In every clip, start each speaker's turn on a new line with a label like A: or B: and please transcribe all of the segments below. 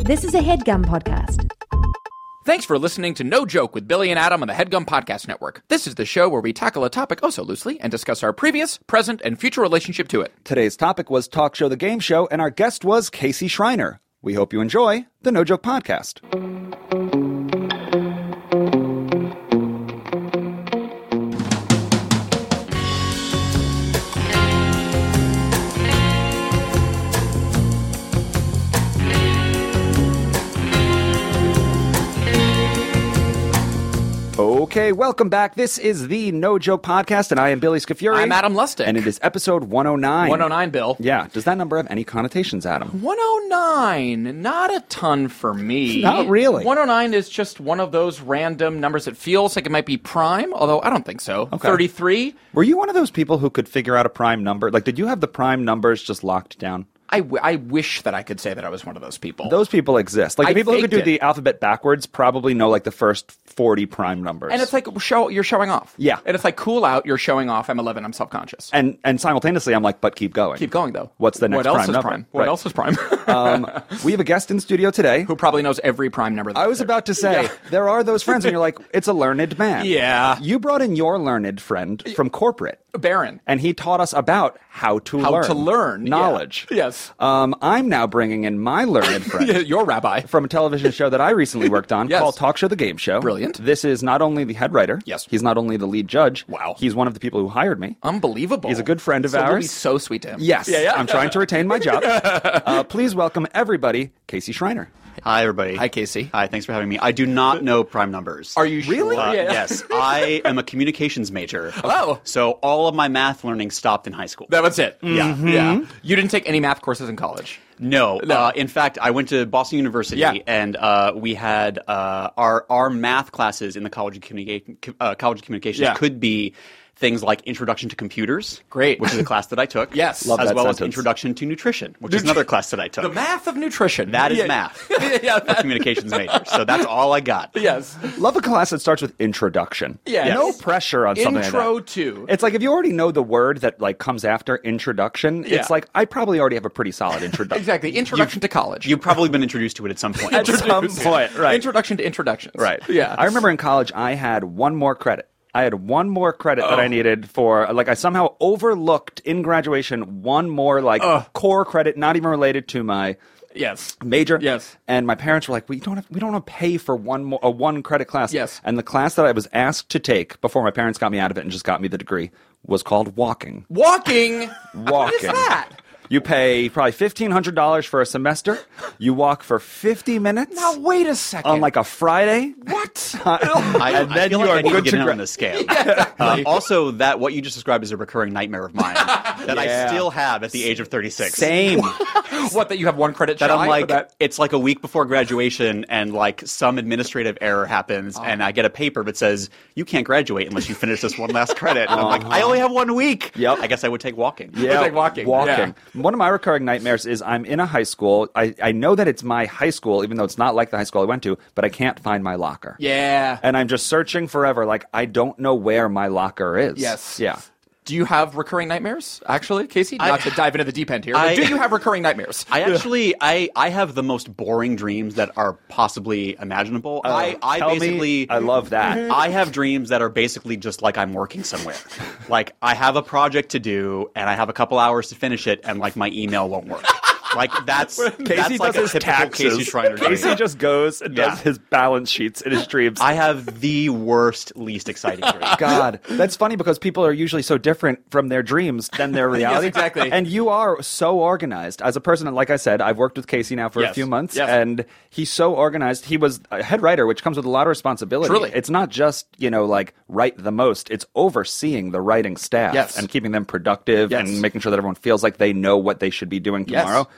A: This is a headgum podcast.
B: Thanks for listening to No Joke with Billy and Adam on the HeadGum Podcast Network. This is the show where we tackle a topic oh so loosely and discuss our previous, present, and future relationship to it.
C: Today's topic was Talk Show the Game Show, and our guest was Casey Schreiner. We hope you enjoy the No Joke Podcast. Okay, welcome back. This is the No Joke Podcast, and I am Billy Scafuri.
B: I'm Adam oh Lustig.
C: And it is episode 109.
B: 109, Bill.
C: Yeah. Does that number have any connotations, Adam?
B: 109, not a ton for me.
C: Not really.
B: 109 is just one of those random numbers. It feels like it might be prime, although I don't think so. 33.
C: Were you one of those people who could figure out a prime number? Like, did you have the prime numbers just locked down?
B: I, w- I wish that I could say that I was one of those people.
C: Those people exist. Like, the
B: I
C: people who could
B: faked
C: do
B: it.
C: the alphabet backwards probably know, like, the first 40 prime numbers.
B: and it's like, show you're showing off.
C: Yeah.
B: And it's like, cool out, you're showing off. I'm 11, I'm self conscious.
C: and and simultaneously, I'm like, but keep going.
B: Keep going, though.
C: What's the next
B: What else
C: prime
B: is
C: number?
B: prime? What
C: Right.
B: else is prime?
C: um, we have a guest in studio today.
B: who probably knows every prime number.
C: I was
B: there.
C: about to say there are those friends, and you're like, it's a learned man.
B: Yeah.
C: You brought in your learned friend from corporate,
B: Baron.
C: and he taught us about how to
B: How
C: learn
B: to learn yeah.
C: knowledge.
B: Yes.
C: Um, I'm now bringing in my learned friend.
B: Yeah, Your rabbi.
C: from a television show that I recently worked on
B: Yes.
C: called Talk Show the Game Show.
B: Brilliant.
C: This is not only the head writer.
B: Yes.
C: He's not only the lead judge.
B: Wow. Uh,
C: He's one of the people who hired me.
B: Unbelievable.
C: He's a good friend of
B: so We'll be
C: ours.
B: so sweet to him.
C: Yes.
B: Yeah, yeah.
C: I'm trying to retain my job. uh, please welcome everybody, Casey Schreiner.
D: Hi, everybody.
B: Hi, Casey.
D: Hi, thanks for having me. I do not know prime numbers.
B: Are you
C: Really?
B: sure?
D: Uh,
B: Yeah.
D: Yes, I am a communications major.
B: Oh.
D: So all of my math learning stopped in high school.
B: That was it.
D: Yeah.
C: Mm-hmm.
B: Yeah. You didn't take any math courses in college.
D: No.
B: No.
D: Uh, in fact, I went to Boston University,
B: Yeah.
D: and uh, we had uh, our our math classes in the College of, Communi- Co- uh, College of Communications
B: Yeah.
D: could be things like Introduction to Computers,
B: Great.
D: which is a class that I took.
B: Yes. Love
D: as
C: that
D: well as
C: sentence.
D: Introduction to Nutrition, which is
B: Nutri-
D: another class that I took.
B: The math of nutrition.
D: That is
B: Yeah.
D: math.
B: yeah.
D: I'm a
B: That,
D: communications major, so that's all I got.
B: yes.
C: Love a class that starts with introduction.
B: Yes.
C: No pressure on something. like that.
B: Intro to.
C: It's like if you already know the word that like comes after introduction,
B: Yeah.
C: it's like I probably already have a pretty solid introduction.
B: Exactly. Introduction to college.
D: You've probably been introduced to it at some point.
C: At some point, right?
B: Introduction to introductions.
C: right.
B: Yeah.
C: I remember in college I had one more credit. I had one more credit
B: Oh.
C: that I needed for like I somehow overlooked in graduation one more like core credit not even related to my
B: Yes.
C: major.
B: Yes.
C: And my parents were like, "We don't have, we don't want to pay for one more a one credit class."
B: Yes.
C: And the class that I was asked to take before my parents got me out of it and just got me the degree was called walking.
B: Walking.
C: Walking.
B: What is that?
C: You pay probably fifteen hundred dollars for a semester. You walk for fifty minutes
B: Now wait a second.
C: on like a Friday.
B: what?
D: I,
C: And
D: I
C: then
D: feel
C: you
D: like
C: are
D: I need
C: good to
D: to get in
C: gra-
D: on the scale. Uh, also, that what you just described is a recurring nightmare of mine that
C: Yeah.
D: I still have at the age of 36.
C: Same.
B: what that you have one credit
D: That
B: shy
D: I'm like,
B: Or that-
D: it's like a week before graduation, and like some administrative error happens,
C: Oh.
D: and I get a paper that says you can't graduate unless you finish this one last credit. And I'm like, I only have one week.
C: Uh-huh. Yep.
D: I guess I would take walking.
B: It's like walking.
C: Walking. One of my recurring nightmares is I'm in a high school. I, I know that it's my high school, even though it's not like the high school I went to, but I can't find my locker.
B: yeah.
C: And I'm just searching forever, like I don't know where my locker is.
B: yes.
C: Yeah.
B: Do you have recurring nightmares? Actually, Casey, not to dive into the deep end here, but
D: I-
B: do you have recurring nightmares?
D: I actually, I, I have the most boring dreams that are possibly imaginable. I, I
C: Uh, Tell me-
D: basically,
C: I love that.
D: I have dreams that are basically just like I'm working somewhere. like I have a project to do and I have a couple hours to finish it and like my email won't work. Like that's that's like a typical Casey Schreiner dream.
C: Casey just goes and
D: Yeah.
C: does his balance sheets in his dreams.
D: I have the worst, least exciting dream.
C: God, that's funny because people are usually so different from their dreams than their reality.
B: exactly.
C: And you are so organized as a person. And like I said, I've worked with Casey now for a
B: Yes.
C: few months,
B: Yes.
C: and he's so organized. He was a head writer, which comes with a lot of responsibility.
B: Truly.
C: it's not just you know like write the most; it's overseeing the writing staff
B: Yes.
C: and keeping them productive
B: Yes.
C: and making sure that everyone feels like they know what they should be doing
B: Yes.
C: tomorrow.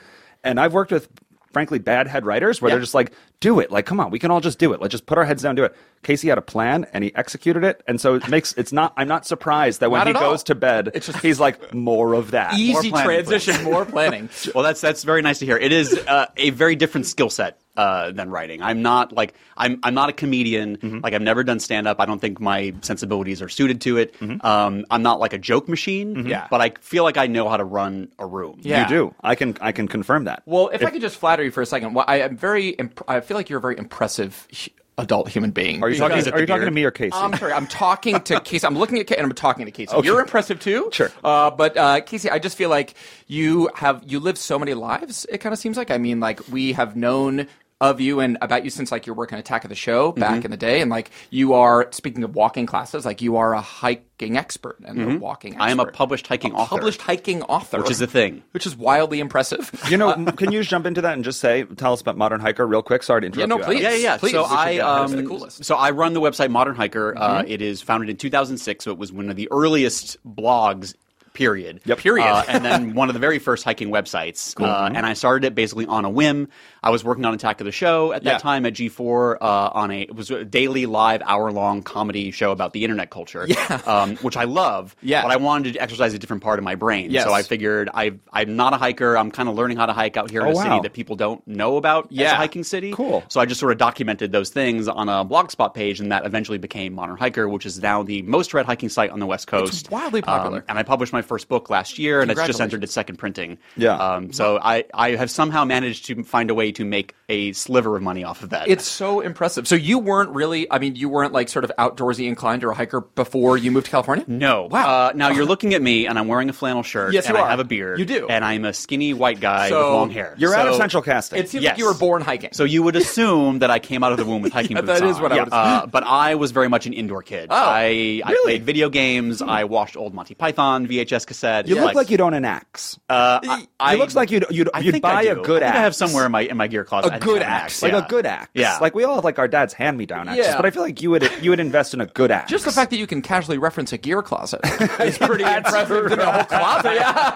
C: And I've worked with. Frankly, bad head writers where
B: Yeah.
C: they're just like, do it. Like, come on, we can all just do it. Let's just put our heads down, and do it. Casey had a plan and he executed it. And so it makes it's not I'm not surprised that when
B: Not at
C: he
B: all.
C: goes to bed, it's just, he's like, more of that.
B: Easy
D: planning,
B: transition, more planning.
D: Well, that's that's very nice to hear. It is uh, a very different skill set uh, than writing. I'm not like I'm I'm not a comedian.
C: Mm-hmm.
D: Like I've never done stand up. I don't think my sensibilities are suited to it.
C: Mm-hmm.
D: Um, I'm not like a joke machine.
B: Yeah.
D: but I feel like I know how to run a room.
B: Yeah.
C: You do. I can I can confirm that.
B: Well, if, I could just flatter you for a second, well, I am very. Imp- I feel like you're a very impressive hu- adult human being.
C: Are you talking?
D: Because-
C: Are you talking to me or Casey?
B: I'm sorry. I'm talking to Casey. I'm looking at Casey and I'm talking to Casey. You're impressive too.
C: Sure.
B: Uh, but uh, Casey, I just feel like you have you live so many lives. It kind of seems like. I mean, like we have known of you and about you since like your work on Attack of the Show
D: Mm-hmm.
B: back in the day, and like you are speaking of walking classes, like you are a hiking expert and a walking. expert.
D: Mm-hmm. I am a published hiking author.
B: published hiking author,
D: Which is the thing.
B: which is wildly impressive.
C: You know, can you just jump into that and just say, tell us about Modern Hiker real quick? Sorry to interrupt.
B: no,
C: you,
B: please.
C: Adam.
D: Yeah, yeah. yeah.
B: Please,
D: so
B: this would
D: I
B: be honest,
D: um,
B: the coolest. Mm-hmm.
D: So I run the website Modern Hiker. Uh, it is founded in 2006, so it was one of the earliest blogs. Period.
C: Yep.
B: Period. Mm-hmm.
D: Uh, and then one of the very first hiking websites. Uh, and I started it basically on a whim. I was working on Attack of the Show at that
B: Yeah.
D: time at G4 uh, on a it was a daily live hour long comedy show about the internet culture. Yeah. Um, which I love.
B: Yeah.
D: But I wanted to exercise a different part of my brain.
B: Yes.
D: So I figured I I'm not a hiker. I'm kind of learning how to hike out here in
C: Oh,
D: a
C: wow.
D: city that people don't know about as
B: Yeah.
D: a hiking city.
C: Cool.
D: So I just sort of documented those things on a blogspot page, and that eventually became Modern Hiker, which is now the most read hiking site on the West Coast.
B: wildly
D: Um,
B: popular.
D: and I published my first book last year, and it's just
B: Congratulations.
D: entered its second printing.
C: Yeah.
D: Um, so I, I have somehow managed to find a way to make a sliver of money off of that.
B: It's so impressive. So you weren't really, I mean, you weren't like sort of outdoorsy inclined or a hiker before you moved to California?
D: no.
B: Wow.
D: Uh, now you're looking at me, and I'm wearing a flannel shirt.
B: Yes,
D: and
B: you
D: I
B: are.
D: have a beard.
B: You do.
D: And I'm a skinny white guy
B: So
D: with long hair.
C: You're out of
D: So-
C: central casting.
B: It seems like
D: Yes.
B: you were born hiking.
D: So you would assume that I came out of the womb with hiking
B: Yeah,
D: boots
B: that
D: on.
B: is what I would
D: Uh, but I was very much an indoor kid. Oh, I, I played video games. I watched old Monty Python VHS cassette.
C: you look like you don't an axe.
D: Uh, I, I-
C: it looks like you'd you'd,
D: I
C: you'd
D: think
C: buy
D: I
C: a
D: do.
C: good
D: I
C: axe.
D: think I have somewhere in my in my gear closet. I think I
B: good
D: have an
B: axe.
D: axe.
C: like
D: yeah.
C: a good axe.
D: Yeah.
C: like we all have like our dad's hand me down axes,
B: Yeah.
C: but I feel like you would you would invest in a good axe.
B: just the fact that you can casually reference a gear closet is pretty impressive than the whole closet. Yeah.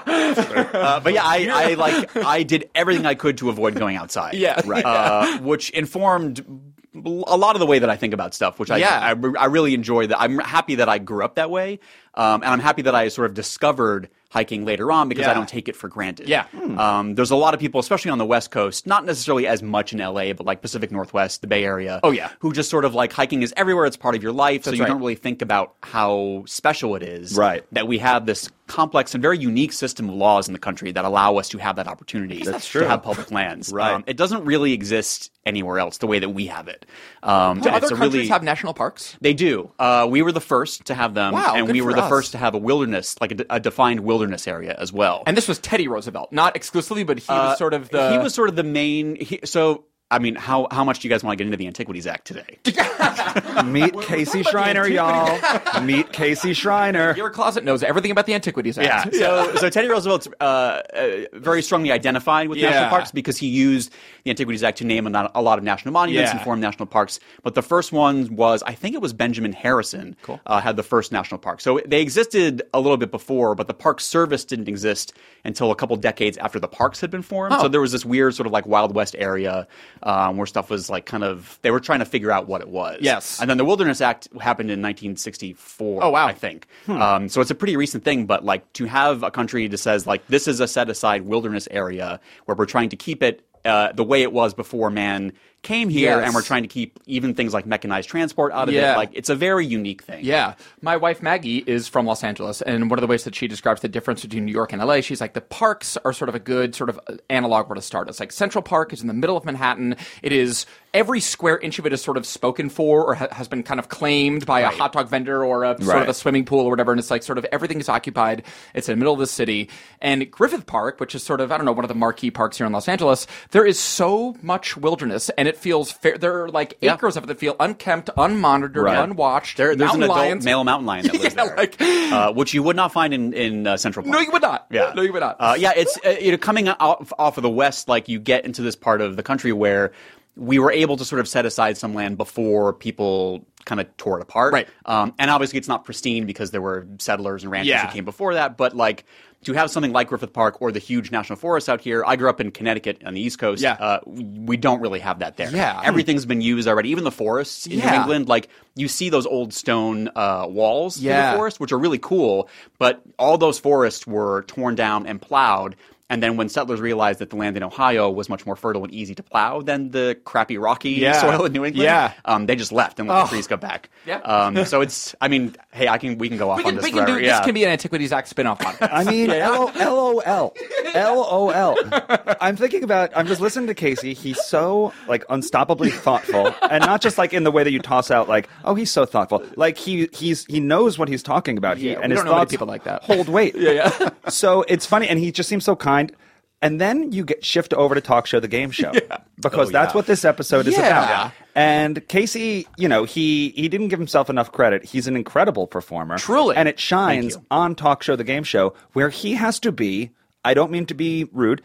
D: Uh, but yeah, I, I like I did everything I could to avoid going outside.
B: Yeah. Right.
D: Uh, which informed a lot of the way that I think about stuff, which I
B: Yeah.
D: I, re- I really enjoy. That I'm happy that I grew up that way, um, and I'm happy that I sort of discovered hiking later on because
B: Yeah.
D: I don't take it for granted.
B: Yeah.
D: Um, there's a lot of people, especially on the West Coast, not necessarily as much in LA, but like Pacific Northwest, the Bay Area.
B: Oh, yeah.
D: Who just sort of like hiking is everywhere. It's part of your life, so
B: That's
D: you
B: right.
D: don't really think about how special it is.
C: Right.
D: That we have this complex and very unique system of laws in the country that allow us to have that opportunity
C: That's
D: to
C: true.
D: have public lands.
C: Right.
D: Um, it doesn't really exist anywhere else the way that we have it. Um,
B: Do other
D: and it's a
B: countries
D: really,
B: have national parks?
D: They do. Uh, we were the first to have them,
B: Wow,
D: and
B: good
D: we were
B: for
D: the
B: us.
D: first to have a wilderness, like a, de- a defined wilderness area as well.
B: And this was Teddy Roosevelt, not exclusively, but he was sort of the.
D: he was sort of the main. He, so. I mean, how, how much do you guys want to get into the Antiquities Act today?
C: meet Casey Shriner, y'all. meet Casey Shriner.
B: Gear closet knows everything about the Antiquities Act.
D: So, so Teddy Roosevelt's uh, uh, very strongly identified with
B: Yeah.
D: national parks because he used the Antiquities Act to name a, not- a lot of national monuments
B: Yeah.
D: and form national parks. But the first one was, I think it was Benjamin Harrison uh, had the first national park. So they existed a little bit before, but the Park Service didn't exist until a couple decades after the parks had been formed.
B: Oh.
D: So there was this weird sort of like Wild West area um, where stuff was like kind of they were trying to figure out what it was.
B: Yes.
D: and then the Wilderness Act happened in 1964.
B: Oh, wow.
D: I think. Um, so it's a pretty recent thing, but like to have a country that says like this is a set aside wilderness area where we're trying to keep it uh, the way it was before man came here,
B: Yes.
D: and we're trying to keep even things like mechanized transport out of
B: Yeah.
D: it. Like it's a very unique thing.
B: Yeah. My wife Maggie is from Los Angeles, and one of the ways that she describes the difference between New York and LA, she's like, the parks are sort of a good sort of uh, analog where to start. It's like Central Park is in the middle of Manhattan. It is every square inch of it is sort of spoken for or ha- has been kind of claimed by a hot dog vendor or a sort of
C: Right.
B: a swimming pool or whatever. And it's like sort of everything is occupied. It's in the middle of the city. And Griffith Park, which is sort of, I don't know, one of the marquee parks here in Los Angeles, there is so much wilderness and it feels fair. There are like
D: Yeah.
B: acres of it that feel unkempt, unmonitored,
C: Right.
B: unwatched.
D: There, there's
B: mountain
D: an adult
B: lions.
D: male mountain lion that lives
B: Yeah,
D: there,
B: like-
D: uh, which you would not find in in uh, Central Park.
B: No, you would not.
D: Yeah,
B: No, you would not.
D: Uh, yeah, it's uh, you know coming off, off of the west, like you get into this part of the country where we were able to sort of set aside some land before people kind of tore it apart.
B: Right.
D: Um, and obviously, it's not pristine because there were settlers and ranchers
B: Yeah.
D: who came before that. But like to have something like Griffith Park or the huge national forests out here, I grew up in Connecticut on the East Coast.
B: Yeah.
D: Uh, we don't really have that there.
B: Yeah.
D: Everything's been used already. Even the forests in New
B: Yeah.
D: England and, like you see those old stone uh, walls through
B: Yeah.
D: the forest, which are really cool. But all those forests were torn down and plowed. And then when settlers realized that the land in Ohio was much more fertile and easy to plow than the crappy rocky
E: Yeah.
D: soil in New England,
E: Yeah. Oh.
D: um, they just left and let the trees go back.
B: Yeah.
D: Um, so it's, I mean, hey, I can we can go off
B: We
D: on
B: can,
D: this
B: we can do
D: forever. yeah. Uh,
B: this. Can be an Antiquities Act spin-off podcast.
C: I mean, L O L L O L. I'm thinking about. I'm just listening to Casey. He's so like unstoppably thoughtful, and not just like in the way that you toss out like, oh, he's so thoughtful. Like he he's he knows what he's talking about. He
B: Yeah, we
C: and his
B: don't know many
C: thoughts
B: people like that.
C: hold weight. yeah, yeah. so it's funny, and he just seems so kind. And then you get shift over to talk show, the game show, because
D: Oh,
C: that's
D: yeah.
C: what this episode is
B: Yeah.
C: about.
B: Yeah.
C: And Casey, you know, he he didn't give himself enough credit. He's an incredible performer,
B: Truly.
C: and it shines
D: you.
C: on talk show the game show where he has to be i don't mean to be rude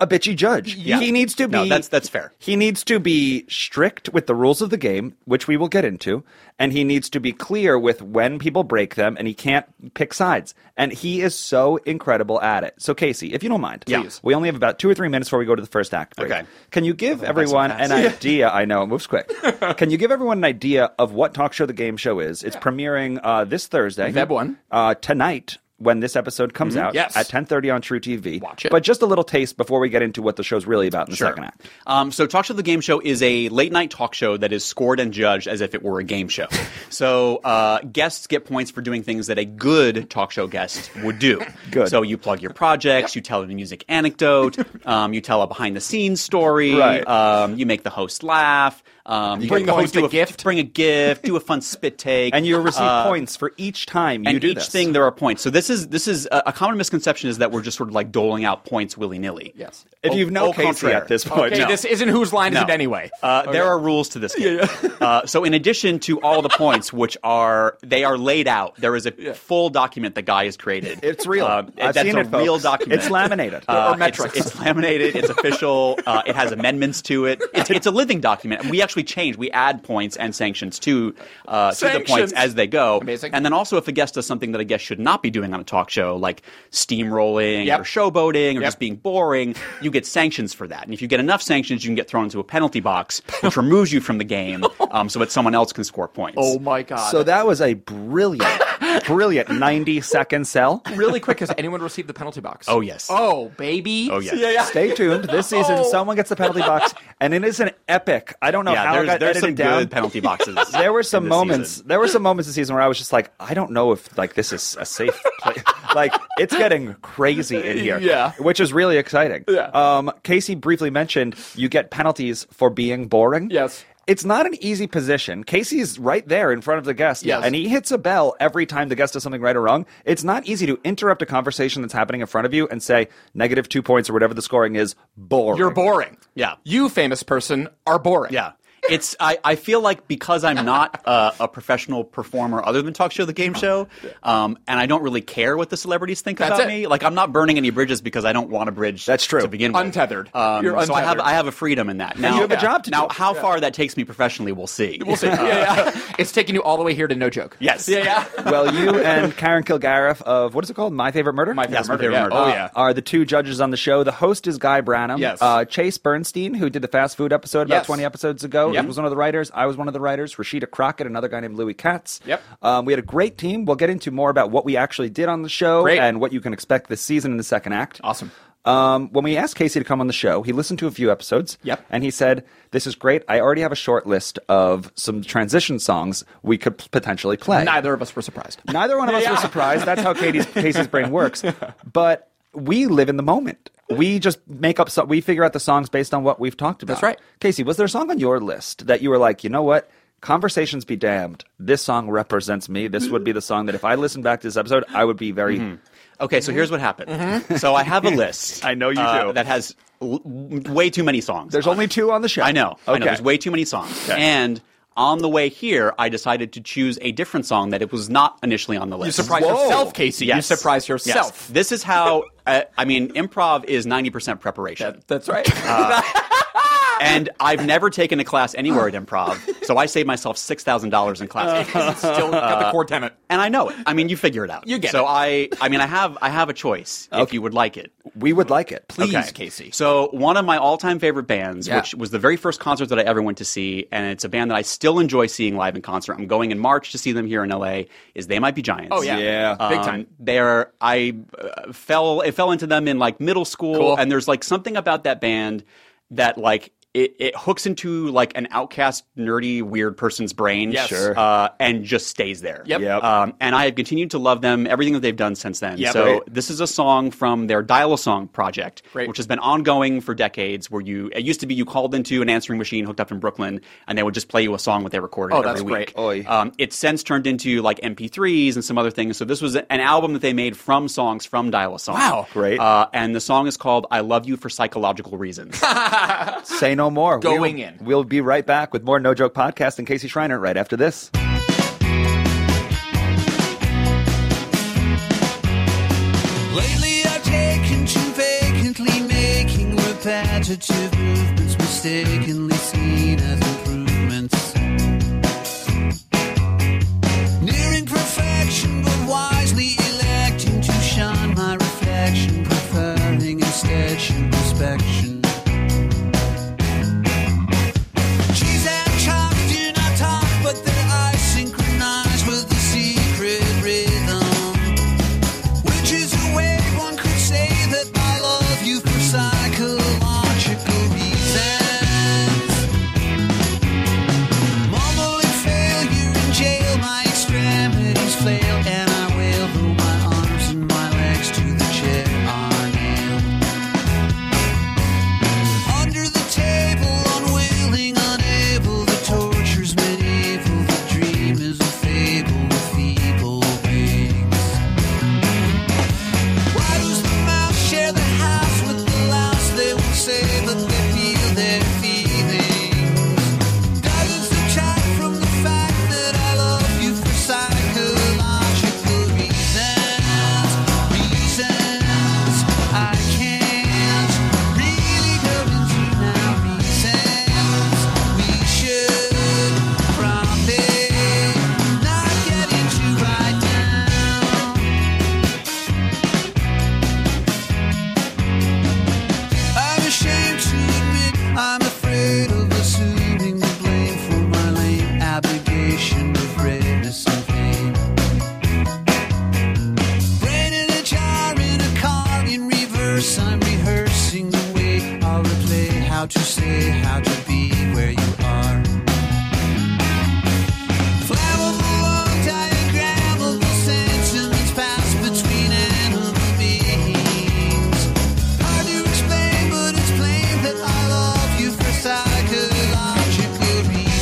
C: a bitchy judge
D: Yeah.
C: he needs to be
D: No, that's- that's fair.
C: he needs to be strict with the rules of the game which we will get into and he needs to be clear with when people break them and he can't pick sides and he is so incredible at it so casey if you don't mind
D: Yeah.
C: we only have about two or three minutes before we go to the first act break.
D: Okay.
C: can you give
D: buy some
C: everyone an
D: fast.
C: idea i know it moves quick can you give everyone an idea of what talk show the game show is it's premiering uh, this thursday
B: Feb one.
C: uh, tonight when this episode comes
D: Mm-hmm.
C: out
B: Yes.
C: at 10.30 on True TV.
B: Watch it.
C: But just a little taste before we get into what the show's really about in the second act.
D: Um, so, Talk Show the Game Show is a late night talk show that is scored and judged as if it were a game show. so, uh, guests get points for doing things that a good talk show guest would do.
C: Good.
D: So, you plug your projects, you tell a music anecdote, um, you tell a behind the scenes story,
C: Right.
D: um, you make the host laugh. Um, you
B: bring
D: get
B: the
D: points,
B: host a
D: do
B: gift?
D: Bring a gift, do a fun spit take.
C: And you receive
D: uh,
C: points for each time you
D: and
C: do
D: each
C: this.
D: thing there are points. So this is this is uh, a, a common misconception is that we're just sort of like doling out points willy nilly.
B: Yes.
C: if you've known
D: au
C: Casey
D: contraire.
C: at this point.
B: Okay,
D: no.
B: this isn't whose line is
D: No.
B: it anyway.
D: Uh, There are rules to this game. uh, so, in addition to all the points, which are they are laid out, there is a full document the guy has created.
C: It's real.
D: Um,
C: I've
D: that's
C: seen
D: a
C: it, folks.
D: real document.
C: It's laminated.
D: Uh,
B: are
D: it's-
B: metrics.
D: It's, laminated. It's official. Uh, it has amendments to it. It's, it's a living document. We actually change. We add points and sanctions to uh, to the
B: Sanctions.
D: points as they go.
B: Amazing.
D: And then also, if a guest does something that a guest should not be doing on a talk show, like steamrolling
B: Yep.
D: or showboating or
B: Yep.
D: just being boring, you get sanctions for that. And if you get enough sanctions, you can get thrown into a penalty box, which removes you from the game, um, so that someone else can score points.
B: oh my god!
C: So that was a brilliant, brilliant 90 second sell.
B: really quick, has anyone received the penalty box?
D: Oh, yes.
B: Oh baby.
D: Oh, yes.
C: Stay tuned. This season,
B: Oh.
C: someone gets the penalty box, and it is an epic. I don't know
D: yeah,
C: how it
D: there's,
C: got
D: there's
C: edited
D: some
C: down.
D: good penalty boxes.
C: there were some
D: in this
C: moments.
D: season.
C: There were some moments this season where I was just like, I don't know if like this is a safe place. like it's getting crazy in here.
B: Yeah.
C: which is really exciting.
B: Yeah.
C: Um, Casey briefly mentioned you get penalties for being boring.
B: Yes.
C: It's not an easy position. Casey's right there in front of the guest,
B: Yes.
C: and he hits a bell every time the guest does something right or wrong. It's not easy to interrupt a conversation that's happening in front of you and say negative two points or whatever the scoring is. Boring.
B: You're boring.
D: Yeah.
B: You famous person are boring.
D: Yeah. It's I, I feel like because I'm not uh, a professional performer other than talk show the game show, um, and I don't really care what the celebrities think
B: That's
D: about
B: it.
D: me. Like I'm not burning any bridges because I don't want a bridge.
C: That's true.
D: To begin with,
B: Untethered.
D: Um,
B: You're
D: So I have
B: untethered.
D: I have a freedom in that. Now
C: you have a job to
D: now
C: do.
D: how far that takes me professionally, we'll see. Uh,
B: We'll see. Yeah, yeah. it's taking you all the way here to no joke.
D: Yes.
B: Yeah, yeah.
C: well, you and Karen Kilgariff of what is it called? My favorite murder.
B: My favorite
D: Yes, My
B: murder.
D: Favorite
B: yeah.
D: Murder.
B: Oh
D: Uh,
B: yeah.
C: are the two judges on the show. The host is Guy Branum.
B: Yes.
C: Uh, Chase Bernstein, who did the fast food episode about
B: Yes.
C: 20 episodes ago,
B: Yep.
C: was one of the writers. I was one of the writers. Rashida Crockett, another guy named Louis Katz.
B: Yep.
C: Um, we had a great team. We'll get into more about what we actually did on the show
B: Great.
C: and what you can expect this season in the second act.
B: Awesome.
C: Um, when we asked Casey to come on the show, he listened to a few episodes.
B: Yep.
C: And he said, This is great. I already have a short list of some transition songs we could p- potentially play.
B: Neither of us were surprised.
C: Neither one of us were surprised. That's how Katie's, Casey's brain works. But we live in the moment. We just make up. So we figure out the songs based on what we've talked about.
B: That's right.
C: Casey, was there a song on your list that you were like, you know what? Conversations be damned. This song represents me. This would be the song that if I listened back to this episode, I would be very.
D: Mm-hmm. Okay, so here's what happened. So I have a list. uh,
C: I know you do.
D: That has l- w- way too many songs.
C: There's
D: on
C: only two on the show.
D: I know.
C: Okay.
D: I know. There's way too many songs. And on the way here, I decided to choose a different song that it was not initially on the
B: You
D: list.
B: surprise
C: Whoa.
B: yourself, Casey.
D: Yes.
B: You surprise
D: Yes.
B: yourself.
D: This is how, uh, I mean, improv is 90% preparation.
B: That's right.
D: and I've never taken a class anywhere at improv, so I saved myself six thousand dollars in class. fees.
B: Still got
D: uh,
B: the core tenant.
D: and I know it. I mean, you figure it out.
B: Uh-huh. You get
D: so
B: it.
D: I, I mean, I have, I have a choice if you would like it.
C: We would like it.
B: Please, Casey.
D: So one of my all-time favorite bands,
B: Yeah.
D: which was the very first concert that I ever went to see, and it's a band that I still enjoy seeing live in concert. I'm going in March to see them here in LA. Is They Might Be Giants?
B: Oh yeah,
C: Yeah.
B: big
D: Um,
B: time.
D: They're I uh, fell I fell into them in like middle school,
B: Cool.
D: and there's like something about that band that like it, it hooks into like an outcast, nerdy, weird person's brain,
B: Yes. Sure.
D: uh, and just stays there.
B: Yep.
C: Yep.
D: Um, and I have continued to love them, everything that they've done since then.
B: Yep.
D: So
B: Great.
D: this is a song from their Dial a Song project,
B: Great.
D: which has been ongoing for decades. Where you it used to be you called into an answering machine hooked up in Brooklyn, and they would just play you a song that they recorded.
B: Oh,
D: every
B: that's
D: week.
B: great.
C: Oy.
D: Um, it's since turned into like MP3s and some other things. So this was an album that they made from songs from Dial a Song.
B: Wow.
C: Great.
D: Uh, and the song is called "I Love You for Psychological Reasons."
C: Say no more.
B: Going
C: We'll-
B: in.
C: We'll be right back with more No Joke Podcast and Casey Schreiner right after this.
E: Lately I've taken to vacantly making repetitive movements mistakenly seen as improvements. Nearing perfection but wisely electing to shun my reflection, preferring instead sheer inspection. Cheese and chalk do not talk, but their eyes synchronize with the secret rhythm. Which is a way one could say that I love you for psychological reasons. Mumbling failure in jail, my extremities flail, and I wail though my arms and my legs to the chair are nailed. Under the table, unwilling, unable, the torture's medieval, the dream is a fable with feeble wings. Why does the mouse share the house with the louse? They won't say, but they feel their feelings. Doesn't subtract from the fact that I love you for psychological reasons. Reasons I can't really go into now. Reasons we should probably not get into right now. I'm ashamed to admit I'm afraid of assuming the blame for my lame abnegation of redness and pain. Brain in a jar, in a car, in reverse, I'm rehearsing the way I'll replay how to say, how to be where you are. Flammable lung diagrammable sentiments pass between animal beings. Hard to explain, but it's plain that I love you for psychological reasons.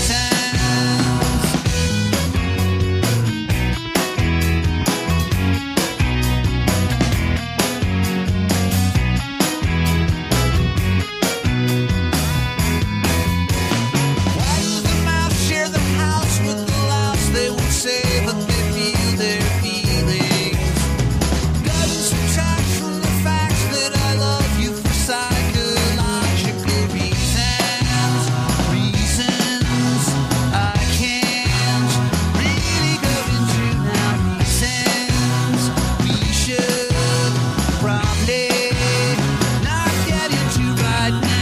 E: Why does the mouse share the house with the louse? They won't say, but they feel their feelings. Doesn't subtract from the fact that I love you for psychological reasons. Reasons I can't really go into now. Reasons we should probably not get into right now.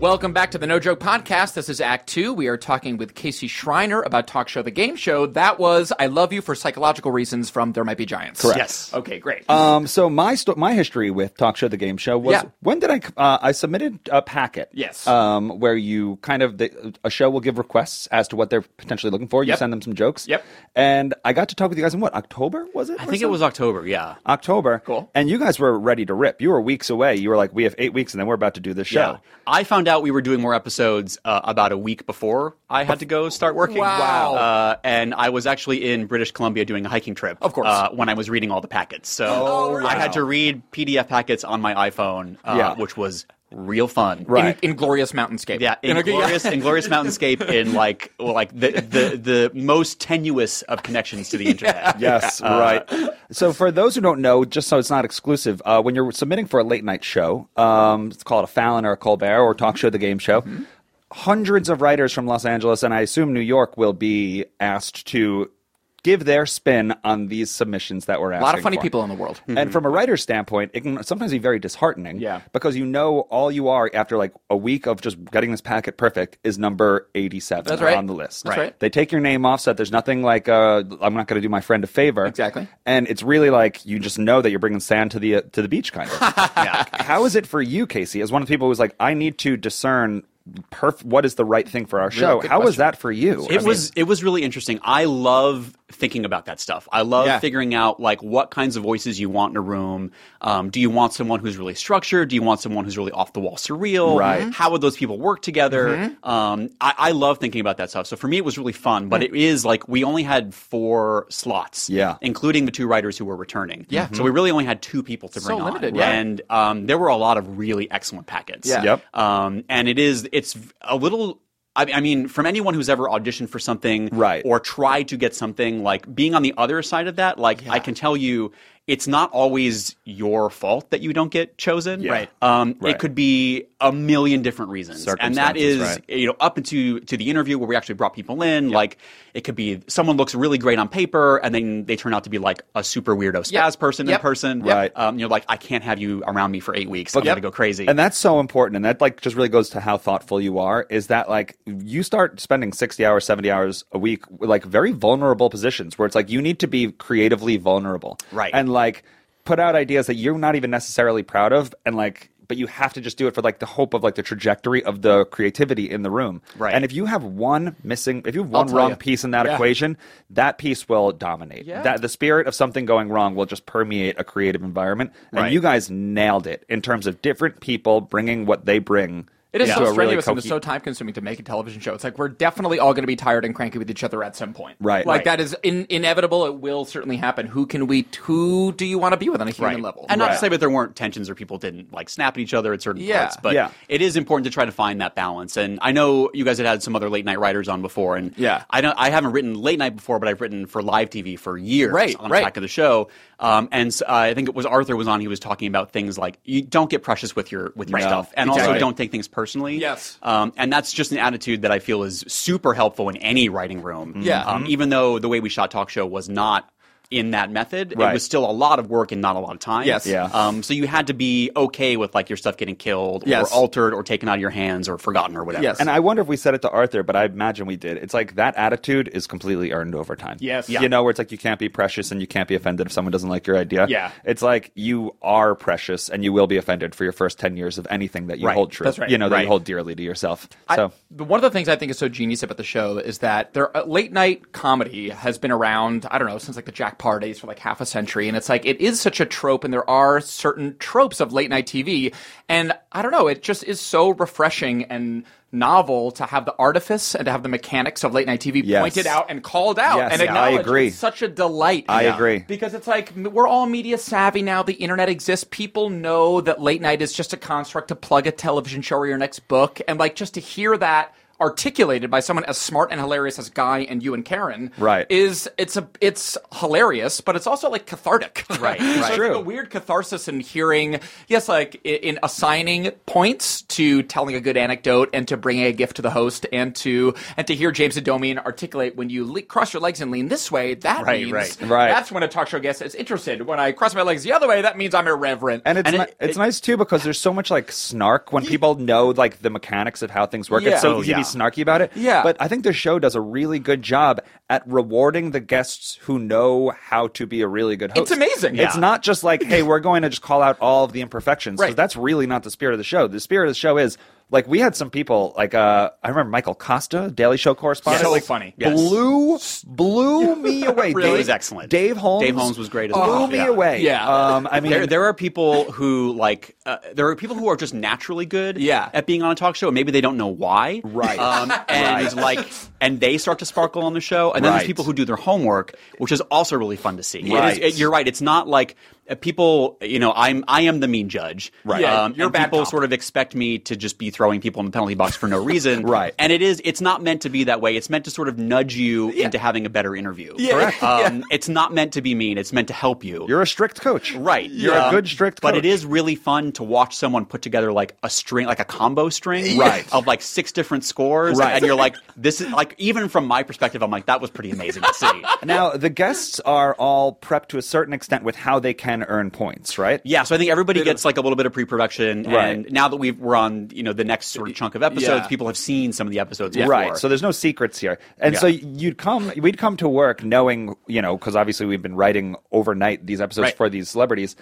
B: Welcome back to the No Joke Podcast. This is Act Two. We are talking with Casey Schreiner about Talk Show the Game Show. That was I Love You for Psychological Reasons from There Might Be Giants.
C: Correct.
D: Yes.
B: Okay, great.
C: Um, so my sto- my history with talk show the game show was
B: Yeah.
C: when did I uh, I submitted a packet
B: Yes.
C: um, where you kind of the, a show will give requests as to what they're potentially looking for you
B: Yep.
C: send them some jokes
B: Yep.
C: and I got to talk with you guys in what October was it
D: I
C: or
D: think it
C: so?
D: was October. Yeah.
C: October
B: Cool.
C: and you guys were ready to rip you were weeks away you were like we have eight weeks and then we're about to do this show
D: Yeah. I found out we were doing more episodes uh, about a week before I had to go start working.
B: Wow.
D: Uh, and I was actually in British Columbia doing a hiking trip.
B: Of course.
D: Uh, when I was reading all the packets. So
C: Oh,
D: I had to read PDF packets on my iPhone, uh,
C: Yeah.
D: which was real fun.
C: Right.
B: In, glorious mountainscape.
D: Yeah,
B: In a-
D: inglorious, inglorious mountainscape in like well, like the, the the most tenuous of connections to the internet.
C: Yes, right. So for those who don't know, just so it's not exclusive, uh, when you're submitting for a late night show, um, it's called a Fallon or a Colbert or talk show, the game show.
B: Mm-hmm.
C: Hundreds of writers from Los Angeles and I assume New York will be asked to give their spin on these submissions that we're
B: A
C: asking.
B: lot of funny
C: for.
B: people in the world.
C: And from a writer's standpoint, it can sometimes be very disheartening.
B: Mm-hmm. Yeah.
C: Because you know all you are after like a week of just getting this packet perfect is number 87
B: That's right.
C: on the list.
B: That's right.
C: They take your name off so that there's nothing like, uh, I'm not going to do my friend a favor.
B: Exactly.
C: And it's really like you just know that you're bringing sand to the, uh, to the beach kind of.
D: Yeah.
C: How is it for you, Casey, as one of the people who's like, I need to discern perf- what is the right thing for our show?
B: good
C: How was
B: question.
C: that for you? I
D: It
C: mean,
D: was it was really interesting. I love thinking about that stuff. I love
B: Yeah.
D: figuring out like what kinds of voices you want in a room. Um, do you want someone who's really structured? Do you want someone who's really off the wall surreal?
C: Right.
D: How would those people work together? Um, I, I love thinking about that stuff. So for me, it was really fun. But it is like we only had four slots,
C: Yeah.
D: including the two writers who were returning.
B: Yeah.
D: So we really only had two people to
B: So
D: bring on.
B: limited, yeah.
D: And um, there were a lot of really excellent packets.
B: Yeah.
C: Yep.
D: Um, and it is it's a little. I I mean, from anyone who's ever auditioned for something
C: Right.
D: or tried to get something, like being on the other side of that, like I can tell you, it's not always your fault that you don't get chosen.
C: Yeah. Right.
D: Um,
C: Right.
D: It could be a million different reasons, and that
C: Circumstances,
D: is
C: right.
D: you know up into to the interview where we actually brought people in. Like it could be someone looks really great on paper, and then they turn out to be like a super weirdo spaz
B: Yep.
D: person
B: Yep.
D: in person.
C: Yep. Right.
D: Um, you're like, I can't have you around me for eight weeks. I'm gonna go crazy.
C: And that's so important. And that like just really goes to how thoughtful you are. Is that like you start spending sixty hours, seventy hours a week, with, like very vulnerable positions where it's like you need to be creatively vulnerable,
D: Right.
C: And like put out ideas that you're not even necessarily proud of, and like. But you have to just do it for like the hope of like the trajectory of the creativity in the room,
D: Right.
C: And if you have one missing, if you have one
B: tell
C: wrong
B: ya.
C: piece in that
B: Yeah.
C: equation, that piece will dominate.
B: Yeah.
C: That the spirit of something going wrong will just permeate a creative environment. And
D: Right.
C: you guys nailed it in terms of different people bringing what they bring.
B: It is
C: to
B: so
C: a really
B: strenuous and
C: cohe-
B: it's so time consuming to make a television show. It's like we're definitely all going to be tired and cranky with each other at some point.
C: Right.
B: Like
C: Right.
B: that is in, inevitable. It will certainly happen. Who can we? Who do you want to be with on a human level?
D: And not to
C: Right.
D: say that there weren't tensions or people didn't like snap at each other at certain
B: Yeah.
D: parts, but
C: Yeah.
D: it is important to try to find that balance. And I know you guys had had some other late night writers on before, and
B: Yeah.
D: I don't. I haven't written late night before, but I've written for live TV for years
B: Right,
D: on
B: right.
D: the back of the show. Um, and s- uh, I think it was Arthur was on. He was talking about things like you don't get precious with your with your
C: Right.
D: stuff, and also
B: Exactly.
D: don't take things personally.
B: Yes.
D: um, and that's just an attitude that I feel is super helpful in any writing room.
B: Yeah.
D: um, even though the way we shot talk show was not. In that method,
C: Right.
D: it was still a lot of work and not a lot of time.
B: Yes.
C: Yeah.
D: Um, so you had to be okay with like your stuff getting killed
B: Yes.
D: or altered or taken out of your hands or forgotten or whatever.
B: Yes.
C: And I wonder if we said it to Arthur, but I imagine we did. It's like that attitude is completely earned over time.
B: Yes.
C: You know, where it's like you can't be precious and you can't be offended if someone doesn't like your idea.
B: Yeah.
C: It's like you are precious and you will be offended for your first 10 years of anything that you
D: Right.
C: hold true.
B: That's right.
C: You know, that you
D: Right.
C: hold dearly to yourself.
B: I-
C: So.
B: but one of the things I think is so genius about the show is that their uh, late night comedy has been around, I don't know, since like the Jack Parr days for like half a century. And it's like, it is such a trope, and there are certain tropes of late night TV. And I don't know, it just is so refreshing and novel to have the artifice and to have the mechanics of late night TV
C: Yes.
B: pointed out and called out
C: Yes,
B: and
C: yeah, I
B: acknowledged.
C: agree.
B: It's such a delight.
C: I agree.
B: Because it's like, m- we're all media savvy now. The internet exists. People know that late night is just a construct to plug a television show or your next book. And like, just to hear that articulated by someone as smart and hilarious as Guy and you and Karen,
C: Right.
B: Is it's a it's hilarious, but it's also like cathartic,
D: Right,
B: so
D: right.
B: it's
C: True.
B: a weird catharsis in hearing, yes, like i- in assigning points to telling a good anecdote and to bringing a gift to the host and to and to hear James Adomian articulate when you le- cross your legs and lean this way. That
D: Right,
B: means
D: right.
C: Right.
B: that's when a talk show guest is interested. When I cross my legs the other way, that means I'm irreverent.
C: And it's
D: And
C: ni-
D: it-
C: it's
D: it-
C: nice too because there's so much like snark when people know like the mechanics of how things work.
B: Yeah.
C: It's so
B: Oh,
C: easy
D: yeah.
C: to be snarky about it.
B: Yeah.
C: But I think the show does a really good job at rewarding the guests who know how to be a really good host.
B: It's amazing.
C: It's
B: Yeah.
C: not just like, hey, we're going to just call out all of the imperfections. 'cause
B: Right.
C: That's really not the spirit of the show. The spirit of the show is like we had some people like uh I remember Michael Costa, Daily Show correspondent.
B: So
C: like,
B: funny.
D: Yes.
C: Blew blew me away.
B: Really?
C: Dave,
B: He's
D: excellent.
C: Dave Holmes.
D: Dave Holmes was great as
C: blew
D: well.
C: me
D: Yeah.
C: away.
B: Yeah.
C: Um, I mean,
D: there, there are people who like uh, there are people who are just naturally good
B: Yeah.
D: at being on a talk show and maybe they don't know why
C: Right.
D: um, and like and they start to sparkle on the show and then
C: Right.
D: there's people who do their homework which is also really fun to see It is-
C: Right.
D: it- you're right it's not like uh, people, you know, I'm I am the mean judge.
C: Right.
B: Yeah,
D: Um,
B: you're a
D: and
B: bad
D: people
B: cop.
D: sort of expect me to just be throwing people in the penalty box for no reason.
C: Right.
D: And it is it's not meant to be that way. It's meant to sort of nudge you into having a better interview.
B: Yeah. Correct.
D: Um, It's not meant to be mean. It's meant to help you.
C: You're a strict coach.
D: Right. Um,
C: You're a good strict
D: But
C: coach.
D: it is really fun to watch someone put together like a string, like a combo string
C: Right.
D: of like six different scores.
C: Right.
D: And you're like, this is like, even from my perspective, I'm like, that was pretty amazing to see.
C: Now, the guests are all prepped to a certain extent with how they can earn points, right?
D: Yeah, so I think everybody
B: Bit
D: gets
B: of-
D: like a little bit of pre-production,
C: Right.
D: and now that we've we're on you know the next sort of chunk of episodes,
B: Yeah.
D: people have seen some of the episodes, before.
C: Right. So there's no secrets here. And so
D: Yeah.
C: you'd come, we'd come to work knowing, you know, because obviously we've been writing overnight these episodes
D: Right.
C: for these celebrities.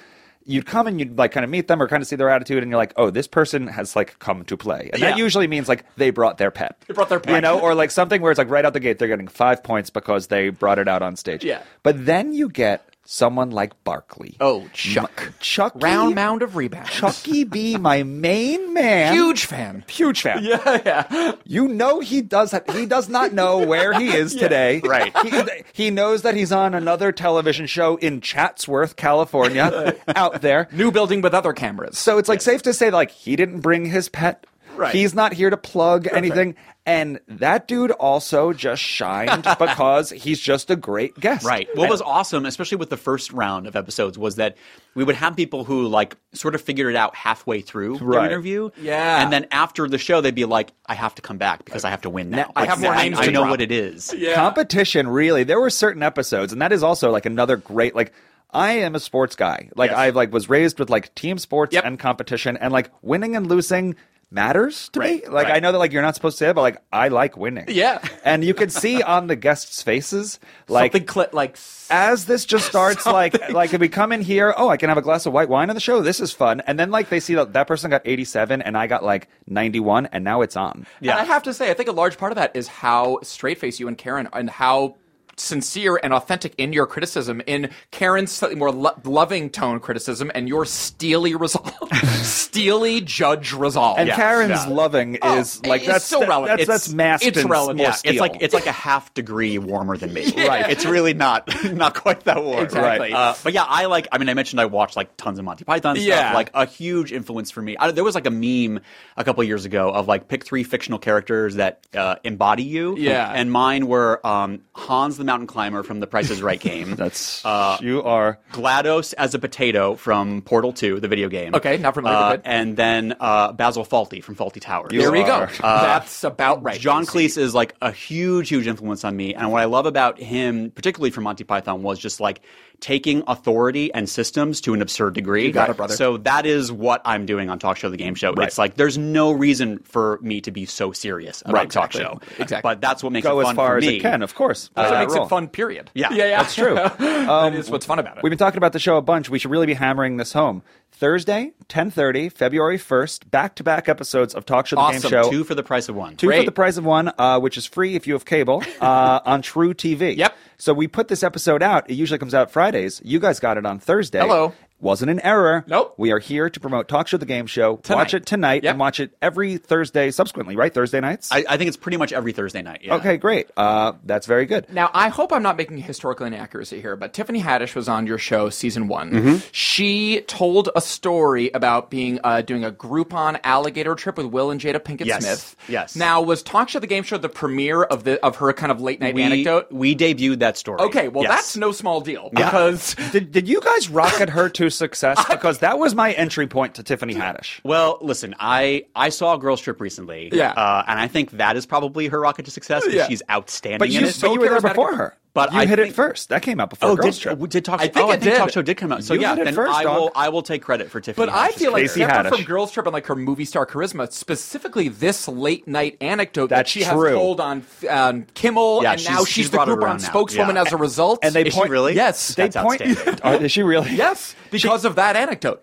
C: You'd come and you'd like kind of meet them or kind of see their attitude, and you're like, oh, this person has like come to play. And that
D: Yeah.
C: usually means like they brought their pet. They
B: brought their
C: You
B: pet.
C: know, or like something where it's like right out the gate, they're getting five points because they brought it out on stage.
B: Yeah.
C: But then you get someone like Barkley.
B: Oh, Chuck.
C: Chuck.
B: Round mound of rebounds.
C: Chucky B, my main man.
B: Huge fan.
C: Huge fan. Yeah, yeah. You know he does. He does not know where he is today.
D: right.
C: He, he knows that he's on another television show in Chatsworth, California, out there.
B: New building with other cameras.
C: So it's like safe to say, like he didn't bring his pet.
B: Right.
C: He's not here to plug anything. And that dude also just shined because he's just a great guest.
D: Right. What was awesome, especially with the first round of episodes, was that we would have people who like sort of figured it out halfway through
C: Right.
D: their interview.
B: Yeah.
D: And then after the show, they'd be like, "I have to come back because I have to win now.
B: I
D: Like,
B: have more
D: I,
B: names
D: I
B: to
D: know
B: drop."
D: what it is.
B: Yeah.
C: competition really there were certain episodes and that is also like another great like i am a sports guy like
B: Yes.
C: i like was raised with like team sports
B: Yep.
C: and competition and like winning and losing matters to me
B: Right,
C: like
B: right.
C: i know that like you're not supposed to say it but like i like winning
B: Yeah.
C: and you could see on the guests faces like
B: Something cli- like s-
C: as this just starts like like if we come in here oh i can have a glass of white wine on the show this is fun and then like they see that that person got 87 and i got like 91 and now it's on
D: Yeah.
B: And I have to say, I think a large part of that is how straight face you and Karen and how sincere and authentic in your criticism in Karen's slightly more lo- loving tone criticism and your steely resolve steely judge resolve
C: and
D: Yeah.
C: Karen's
D: Yeah.
C: loving is
B: Oh,
C: like
B: it's
C: that's
B: so
C: that-
B: relevant.
C: That's,
B: It's-
C: that's masked
B: it's
C: in
B: relevant.
C: small
B: Yeah,
D: Yeah, it's like
C: steel.
D: it's like a half degree warmer than me. Right. It's really not not quite that warm.
B: Exactly.
D: Right. Uh, but yeah, I like I mean I mentioned I watched like tons of Monty Python stuff.
B: Yeah.
D: Like a huge influence for me. I, there was like a meme a couple years ago of like pick three fictional characters that uh, embody you.
B: Yeah.
D: And mine were um, Hans the mountain climber from the Price is Right game.
C: that's you are
D: GLaDOS as a potato from Portal 2, the video game.
B: Okay, not familiar,
D: Uh,
B: good.
D: and then uh, Basil Fawlty from Fawlty Towers.
B: there we go Uh,
C: are-
B: that's about right
D: John
B: Casey.
D: Cleese is like a huge, huge influence on me. And what I love about him, particularly from Monty Python, was just like taking authority and systems to an absurd degree.
B: You got it, brother.
D: So that is what I'm doing on Talk Show the Game Show. It's like there's no reason for me to be so serious about
B: Right,
D: Talk
B: exactly.
D: Show.
B: Exactly.
D: But that's what makes
C: go
D: it
C: as
D: fun
C: far
D: for
C: as
D: me.
C: it can, of course.
B: That's
C: Uh,
B: what makes
C: roll.
B: it fun. Period.
D: Yeah,
B: yeah, yeah.
C: That's true. Um,
B: that is what's fun about it.
C: We've been talking about the show a bunch. We should really be hammering this home. Thursday, ten thirty, February first, back to back episodes of Talk Show the Game
D: Awesome.
C: Show.
D: Two for the price of one.
C: Two for
B: Great.
C: the price of one, uh, which is free if you have cable uh, on True TV.
B: Yep.
C: So we put this episode out. It usually comes out Fridays. You guys got it on Thursday.
B: Hello.
C: Wasn't an error.
B: Nope.
C: We are here to promote Talk Show the Game Show. Watch
B: Tonight.
C: it tonight
B: Yep.
C: and watch it every Thursday subsequently, right? Thursday nights?
D: I, I think it's pretty much every Thursday night. Yeah.
C: Okay, great. Uh, that's very good.
B: Now, I hope I'm not making a historical inaccuracy here, but Tiffany Haddish was on your show, season one.
D: Mm-hmm.
B: She told a story about being uh, doing a Groupon alligator trip with Will and Jada Pinkett
D: Yes.
B: Smith.
D: Yes.
B: Now, was Talk Show the Game Show the premiere of the of her kind of late night
D: We,
B: anecdote?
D: we debuted that story.
B: Okay, well,
D: Yes.
B: that's no small deal because
C: Did, did you guys rocket her to success? Because that was my entry point to Tiffany Haddish.
D: Well, listen, I I saw a girl's trip recently.
B: Yeah.
D: Uh, and I think that is probably her rocket to success because
B: Yeah.
D: she's outstanding
C: But
D: in
C: you,
D: it.
C: but you were there before her.
D: But
C: you
D: I
C: hit it
D: think-
C: first. That came out before
D: Oh,
C: Girls
D: did,
C: Trip.
D: oh, did talk?
B: I think
D: oh, I
B: it
D: think
B: did.
D: talk show did come out. So
C: You
D: yeah,
C: hit it
D: then
C: first,
D: I will
C: dog.
D: I will take credit for Tiffany.
B: But I
D: Haddish'
B: feel like
C: Stacey
B: separate
C: Haddish.
B: from Girls Trip and like her movie star charisma, specifically this late night anecdote that
C: That's
B: she
C: true.
B: has told on um, Kimmel,
D: Yeah,
B: and
D: she's-
B: now she's,
D: she's
B: the
D: brought it
B: Groupon
D: around now.
B: spokeswoman
D: Yeah.
B: as a result.
C: And they
D: Is she
C: point-
D: really?
B: Yes.
C: They
D: That's
C: point.
D: outstanding.
C: Oh, is she really?
B: yes, because of that anecdote.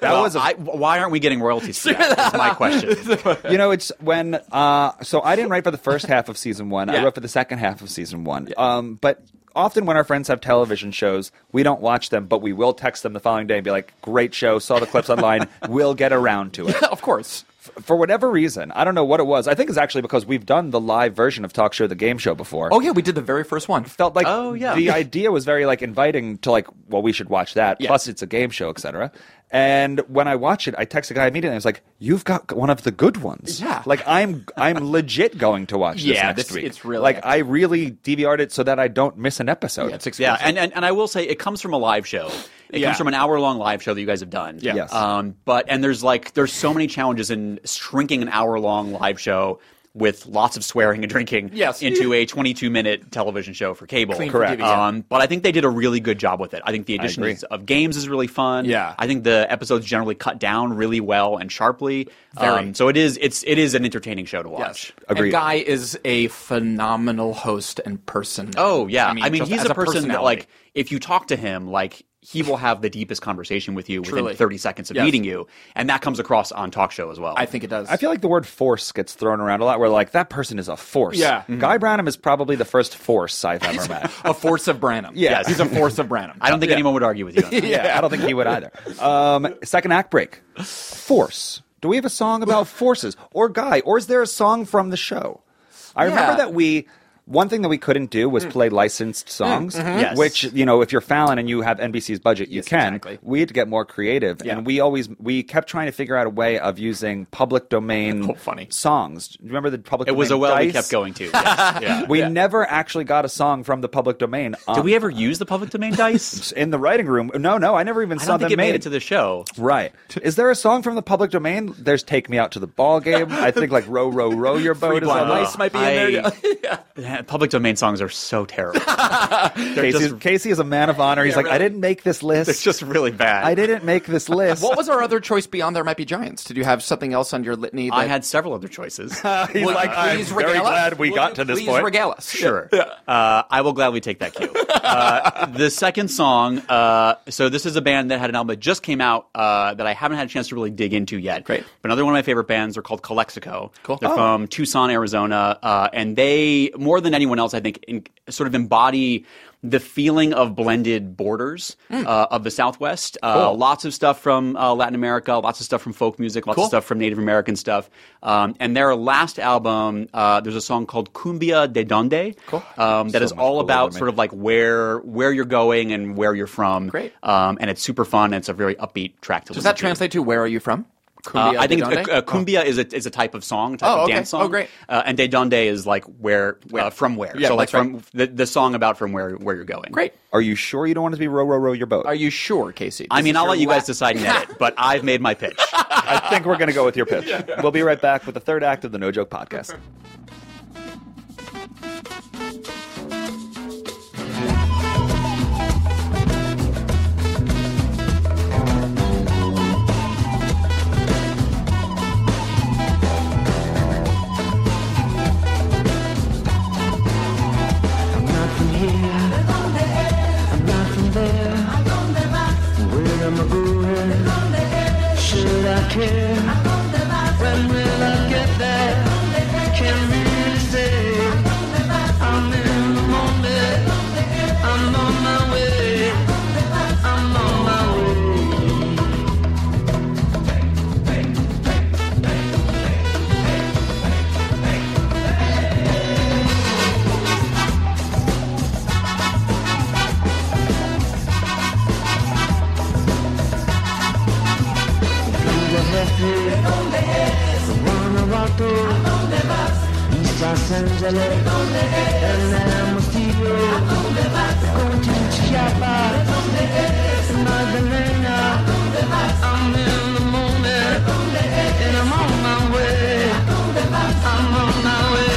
C: That
D: Well,
C: was a
D: I- why aren't we getting royalties? For that? That's my question.
C: you know, it's when. Uh, so I didn't write for the first half of season one. I
B: Yeah.
C: wrote for the second half of season one. Um, but often when our friends have television shows, we don't watch them, but we will text them the following day and be like, "Great show! Saw the clips online. we'll get around to it."
B: of course.
C: f- for whatever reason, I don't know what it was. I think it's actually because we've done the live version of Talk Show the Game Show before.
B: Oh yeah, we did the very first one.
C: felt like
D: Oh, yeah.
C: the idea was very like inviting to like well we should watch that
B: Yeah.
C: plus it's a game show etc and when i watch it i text a guy immediately i was like you've got one of the good ones
B: Yeah.
C: like i'm i'm legit going to watch this
B: Yeah,
C: next
B: this-
C: week
B: it's really
C: like
B: excellent.
C: i really dvr'd it so that i don't miss an episode
B: Yeah, it's
D: Yeah,
B: expensive.
D: and, and and I will say it comes from a live show. It
B: Yeah.
D: comes from an hour long live show that you guys have done.
B: Yeah.
C: Yes.
D: Um, but and there's like there's so many challenges in shrinking an hour long live show with lots of swearing and drinking
B: Yes.
D: into a 22 minute television show for cable.
B: Clean
C: Correct.
B: forgiving, yeah.
D: Um, but I think they did a really good job with it. I think the addition
C: agree.
D: is- of games is really fun.
B: Yeah.
D: I think the episodes generally cut down really well and sharply.
B: Very.
D: Um, so it is it's it is an entertaining show to watch.
B: And
C: Agreed.
B: Guy is a phenomenal host and person.
D: Oh yeah, I mean,
B: just
D: he's
B: as
D: a person that
B: personality.
D: like if you talk to him, like he will have the deepest conversation with you
B: Truly.
D: within 30 seconds of
B: Yes.
D: meeting you, and that comes across on talk show as well.
B: I think it does.
C: I feel like the word force gets thrown around a lot. We're like, that person is a force.
B: Yeah. Mm-hmm.
C: Guy Branham is probably the first force I've ever met.
B: a force of Branham.
C: Yeah.
B: he's a force of Branham.
D: I don't think anyone would argue with you. On that.
C: yeah, I don't think he would either. Um, second act break. Force. Do we have a song about forces or guy, or is there a song from the show? I remember
B: Yeah.
C: that we. One thing that we couldn't do was play licensed songs,
D: Mm. mm-hmm. Yes.
C: which you know, if you're Fallon and you have NBC's budget, you
B: Yes,
C: can.
B: exactly.
C: We had to get more creative,
B: Yeah.
C: and we always we kept trying to figure out a way of using public domain
B: Oh, funny.
C: songs. Do you Remember the public?
D: It was a
C: domain
D: well we
C: dice?
D: kept going to. Yes. Yeah.
C: We never actually got a song from the public domain.
D: Did
C: on-
D: we ever use the public domain dice?
C: in the writing room? No, no, I never even
D: I
C: saw
D: don't
C: them
D: think it made
C: made.
D: it to the show.
C: Right. Is there a song from the public domain? There's "Take Me Out to the Ball Game." I think like "Row, Row, Row Your Boat" is
B: blind
C: on there.
B: mice might be in there.
D: Uh, Yeah, Public domain songs are so terrible. They're
C: Casey,
D: just,
C: Casey is a man of honor. He's
B: Yeah,
C: like,
B: really.
C: I didn't make this
D: it's
C: list.
D: just really bad.
C: I didn't make this list.
B: What was our other choice beyond there might be giants? Did you have something else on your litany? That,
D: I had several other choices.
C: He's
B: Would
C: like,
B: you
C: I'm
B: please
C: very
B: regale us?
C: glad we
B: Would
C: got
B: you
C: to this
B: please
C: point.
B: regale us.
D: Sure. Uh, I will gladly take that cue. Uh, the second song, uh, so this is a band that had an album that just came out uh, that I haven't had a chance to really dig into yet.
B: Great.
D: But another one of my favorite bands are called Colexico.
B: Cool.
D: They're
B: Oh.
D: from Tucson, Arizona. Uh, and they, more than anyone else, I think, in, sort of embody the feeling of blended borders
B: Hmm.
D: uh, of the Southwest. Uh, Lots of stuff from uh, Latin America, lots of stuff from folk music, lots
B: Cool.
D: of stuff from Native American stuff. Um, and their last album, uh, there's a song called Cumbia de Donde
B: Cool.
D: um, that
C: So
D: is
C: much
D: all
C: cooler
D: about
C: than me.
D: sort of like where where you're going and where you're from.
B: Great.
D: Um, and it's super fun. And it's a very upbeat track to
B: Does
D: listen
B: that
D: to.
B: translate to where are you from?
D: Uh,
B: Cumbia
D: I think
B: de
D: it's,
B: Donde?
D: uh, uh, cumbia is a is a type of song, type
B: Oh,
D: of
B: okay.
D: dance song.
B: Oh, great.
D: Uh, and de donde is like where, Uh, from where.
B: Yeah,
D: so like
B: that's right.
D: from the, the song about from where where you're going.
B: Great.
C: Are you sure you don't want it to be "Row, Row, Row Your Boat"?
B: Are you sure, Casey?
D: I
B: This is
D: mean, I'll
B: your
D: let you
B: la-
D: guys decide in edit, but I've made my pitch.
C: I think we're gonna go with your pitch. We'll be right back with the third act of the No Joke Podcast.
F: I'm not from here. I'm not from there. Where am I going? Should I care? When will I get there? Can't really say. I'm in the moment. I'm on my way. I'm on my way. Guanajuato, East Los Angeles, El Amostillo, going to Chiapas, Magdalena. I'm in the moment, and I'm on my way. I'm on my way.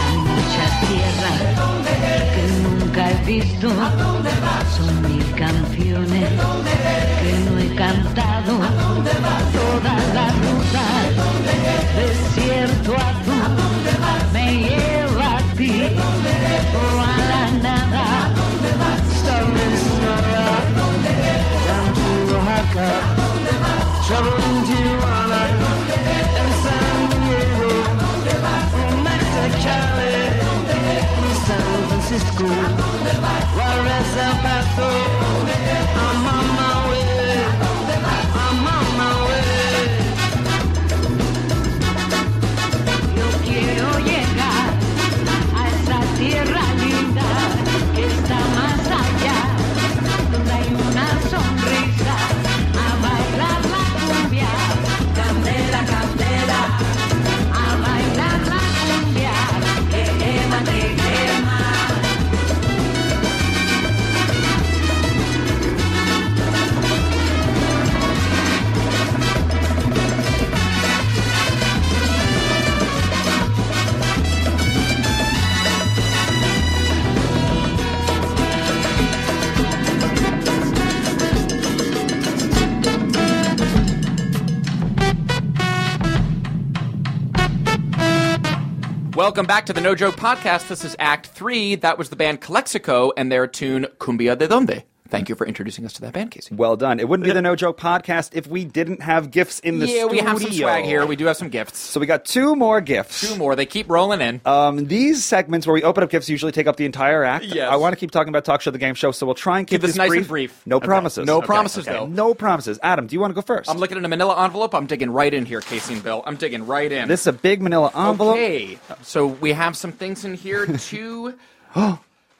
F: Hay muchas tierras que nunca he visto. Son mil canciones que no he cantado. Todas las rutas, desierto azul, me lleva a ti o a la nada. Stars in the rock, down to Oaxaca. coming to Tijuana and San Diego, Mexicali, San Francisco, Juarez, El Paso. I'm on my way. I'm on my way. Yo quiero llegar a esa tierra linda que está más allá donde hay una sonrisa a bailar la cumbia candela candela a bailar la cumbia que quema te quema
B: Welcome back to the No Joke Podcast. This is Act Three. That was the band Calexico and their tune Cumbia de Donde. Thank you for introducing us to that band, Casey.
C: Well done. It wouldn't be the No Joke podcast if we didn't have gifts in the
B: yeah,
C: studio.
B: we have some swag here. We do have some gifts.
C: so we got two more gifts.
B: Two more. They keep rolling in.
C: Um, these segments where we open up gifts usually take up the entire act.
B: Yes.
C: I want to keep talking about talk show, the game show, so we'll try and keep,
B: Keep this nice and
C: brief.
B: brief.
C: No
B: Okay.
C: promises.
B: No promises, though.
C: No promises. Adam, do you want to go first?
B: I'm looking at a manila envelope. I'm digging right in here, Casey and Bill. I'm digging right in.
C: This is a big Manila envelope.
B: Okay. So we have some things in here to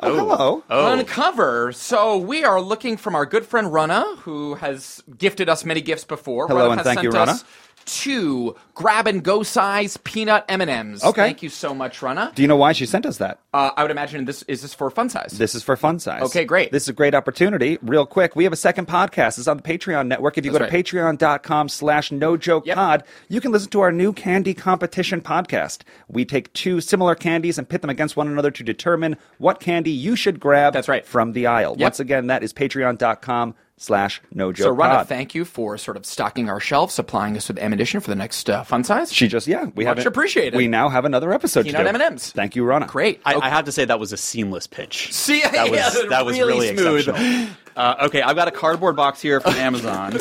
C: Oh, hello.
B: uncover. So we are looking from our good friend Rana, who has gifted us many gifts before.
C: Hello
B: Rana
C: and
B: has
C: thank
B: sent
C: you, Rana.
B: us Two grab and go size peanut M and M's.
C: Okay.
B: Thank you so much, Rana.
C: Do you know why she sent us that?
B: Uh, I would imagine this is this for fun size.
C: This is for fun size.
B: Okay, great.
C: This is a great opportunity. Real quick, we have a second podcast. It's on the Patreon network. If you
B: That's
C: go to
B: right.
C: patreon.com slash no joke
B: Yep.
C: pod, you can listen to our new candy competition podcast. We take two similar candies and pit them against one another to determine what candy you should grab
B: That's right.
C: from the aisle.
B: Yep.
C: Once again, that is patreon.com slash no joke
B: so, Rana,
C: pod.
B: thank you for sort of stocking our shelves, supplying us with ammunition for the next uh, fun size.
C: She just, yeah, we
B: Much
C: have
B: appreciated.
C: We now have another episode
B: Peanut
C: to do.
B: M&Ms.
C: Thank you, Rana.
B: Great.
D: I,
B: Okay.
D: I have to say that was a seamless pitch.
B: See,
D: that was
B: yeah,
D: that was
B: really
D: really,
B: smooth.
D: exceptional. Uh, okay, I've got a cardboard box here from Amazon,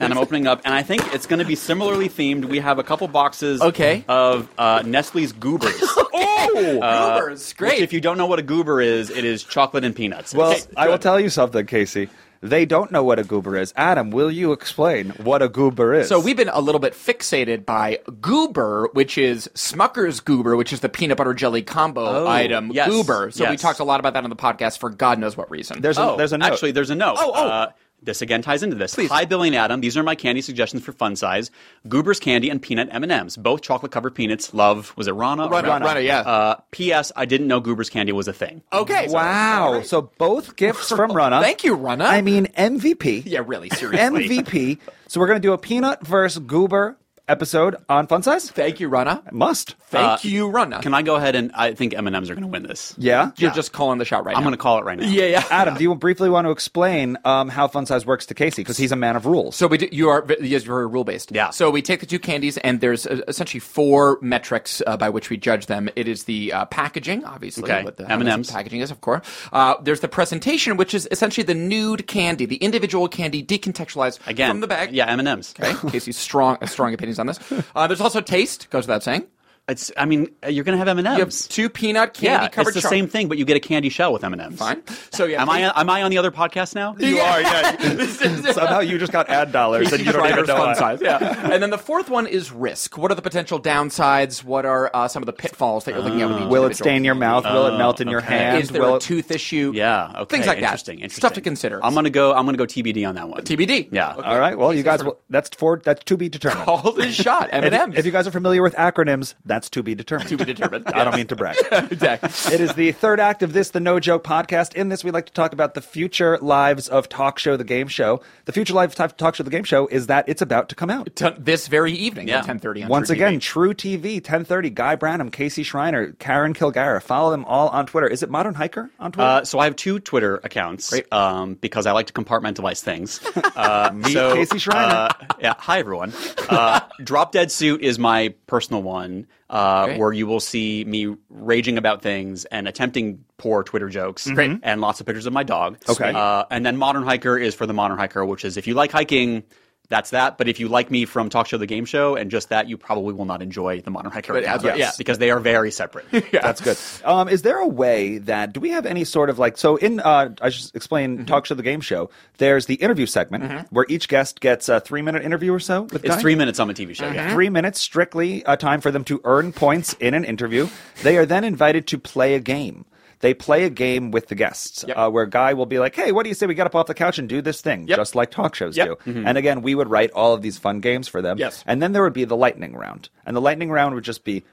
D: and I'm opening up, and I think it's going to be similarly themed. We have a couple boxes,
B: Okay.
D: of uh, Nestle's Goobers.
B: Oh,
D: Uh,
B: Goobers, great.
D: Which, if you don't know what a goober is, it is chocolate and peanuts.
C: Well,
D: It's-
C: I will tell you something, Casey. They don't know what a goober is. Adam, will you explain what a goober is?
B: So we've been a little bit fixated by Goober, which is Smucker's Goober, which is the peanut butter jelly combo
D: Oh,
B: item.
D: yes,
B: Goober. So we
D: yes.
B: talked a lot about that on the podcast for God knows what reason.
C: there's a,
D: oh,
C: there's a note.
D: Actually, there's a note.
B: Oh, oh.
D: Uh, this again ties into this.
B: Please.
D: Hi, Billy and Adam. These are my candy suggestions for fun size: Goobers candy and peanut M and M's. Both chocolate covered peanuts. Love was it Rana?
B: Rana, Rana, yeah. Oh.
D: Uh, P.S. I didn't know Goobers candy was a thing.
B: okay. so-
C: wow. So both gifts from Rana.
B: Thank you, Rana.
C: I mean MVP.
B: yeah, really seriously.
C: MVP. So we're gonna do a peanut versus goober episode on fun size.
B: Thank you, Rana. Uh,
C: Must. Uh,
B: Thank you, Rana.
D: Can I go ahead and I think M and M's are going to win this.
C: Yeah.
B: You're just calling the shot right
D: I'm
B: now.
D: going to call it right now.
B: Yeah, yeah.
C: Adam, do you briefly want to explain um, how fun size works to Casey because he's a man of rules?
B: So we do, you are yes, you're very rule based.
D: Yeah.
B: So we take the two candies, and there's uh, essentially four metrics uh, by which we judge them. It is the uh, packaging, obviously,
D: Okay.
B: what the
D: M&Ms.
B: M&M's packaging is, of course. Uh, there's the presentation, which is essentially the nude candy, the individual candy decontextualized
D: Again
B: from the bag.
D: Yeah, M and M's.
B: Okay. Casey's strong strong opinions on this. Uh, there's also taste. Goes without saying.
D: It's. I mean, uh, you're going to have M and
B: You have
D: M's.
B: two peanut candy
D: Yeah,
B: covered
D: it's the
B: char-
D: same thing, but you get a candy shell with M and M's.
B: Fine. So yeah.
D: Am I? Am I on the other podcast now?
C: you are. Yeah.
B: This is-
C: Somehow you just got ad dollars and you don't even
B: Driver's
C: know
B: fun
C: it.
B: size. Yeah. and then the fourth one is risk. What are the potential downsides? What are uh, some of the pitfalls that you're looking at with each
C: Ah. Will it
B: individual
C: stain your
B: candy?
C: mouth? Will it melt in your
D: okay.
C: hand?
B: Is there
C: Will
B: a
C: it-
B: tooth issue?
D: Yeah. Okay.
B: Things like
D: interesting,
B: that.
D: Interesting.
B: Stuff to consider.
D: I'm gonna go. I'm gonna go TBD on that one.
B: TBD.
D: Yeah.
B: Okay.
C: All right. Well, you guys.
B: sort of-
C: will- That's for that's to be determined.
B: All this shot. M and M's.
C: If you guys are familiar with acronyms, that's to be determined.
B: To be determined.
C: I don't mean to brag.
B: exactly.
C: It is the third act of this, the No Joke podcast. In this, we like to talk about the future lives of Talk Show the Game Show. The future lives of Talk Show the Game Show is that it's about to come out.
B: T- this very evening
D: Yeah.
B: at 10:30. on
C: Once
B: True
C: again,
B: TV.
C: True TV, 1030, Guy Branham, Casey Schreiner, Karen Kilgara. Follow them all on Twitter. Is it Modern Hiker on Twitter?
D: Uh, so I have two Twitter accounts um, because I like to compartmentalize things. Uh, Me,
C: Casey Schreiner.
D: yeah. Hi, everyone. Uh, Drop Dead Suit is my personal one uh,
B: Great.
D: where you will see me raging about things and attempting poor Twitter jokes
B: Great.
D: and lots of pictures of my dog.
C: Okay.
D: Uh, and then Modern Hiker is for the Modern Hiker, which is if you like hiking, that's that. But if you like me from Talk Show the Game Show and just that, you probably will not enjoy the Modern High Current
B: But as-
D: Countdown,
B: yeah.
D: because they are very separate.
C: That's good. Um, is there a way that do we have any sort of like so in uh, I should explain
D: Mm-hmm.
C: talk show the game show. There's the interview segment where each guest gets a three minute interview or so. With
D: It's
C: guy.
D: three minutes on the TV show. Yeah.
C: Three minutes strictly a time for them to earn points in an interview. They are then invited to play a game. They play a game with the guests
B: Yep.
C: uh, where Guy will be like, hey, what do you say we get up off the couch and do this thing,
B: Yep.
C: just like talk shows
B: Yep. Mm-hmm.
C: do? And again, we would write all of these fun games for them.
B: Yes.
C: And then there would be the lightning round. And the lightning round would just be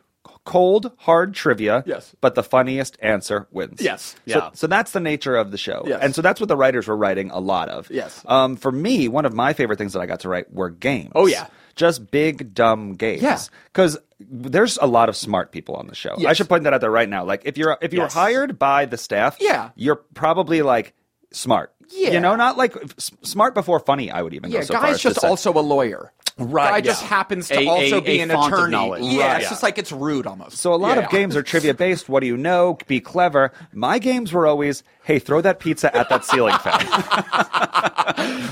C: cold, hard trivia.
B: Yes.
C: But the funniest answer wins.
B: Yes.
C: So-
D: Yeah.
C: So, that's the nature of the show.
B: Yes.
C: And so that's what the writers were writing a lot of.
B: Yes.
C: Um, for me, one of my favorite things that I got to write were games
B: Oh, yeah.
C: just big dumb games.
B: Yeah.
C: because there's a lot of smart people on the show. I
B: Yes.
C: should point that out there right now. Like if you're if you're
D: Yes.
C: hired by the staff,
B: Yeah.
C: you're probably like smart.
B: Yeah.
C: you know, not like s- smart before funny. I would even
B: Yeah,
C: go so far
B: guy's
C: as to
B: just
C: say.
B: also a lawyer.
D: Right,
B: Guy
D: yeah.
B: just happens to
D: A-
B: also
D: a-
B: be
D: a
B: an
D: font of
B: attorney.
D: knowledge.
B: Yeah,
D: Right,
B: it's
D: yeah.
B: just like it's rude almost.
C: So a lot
B: Yeah.
C: of games are trivia based. What do you know? Be clever. My games were always, hey, throw that pizza at that ceiling fan.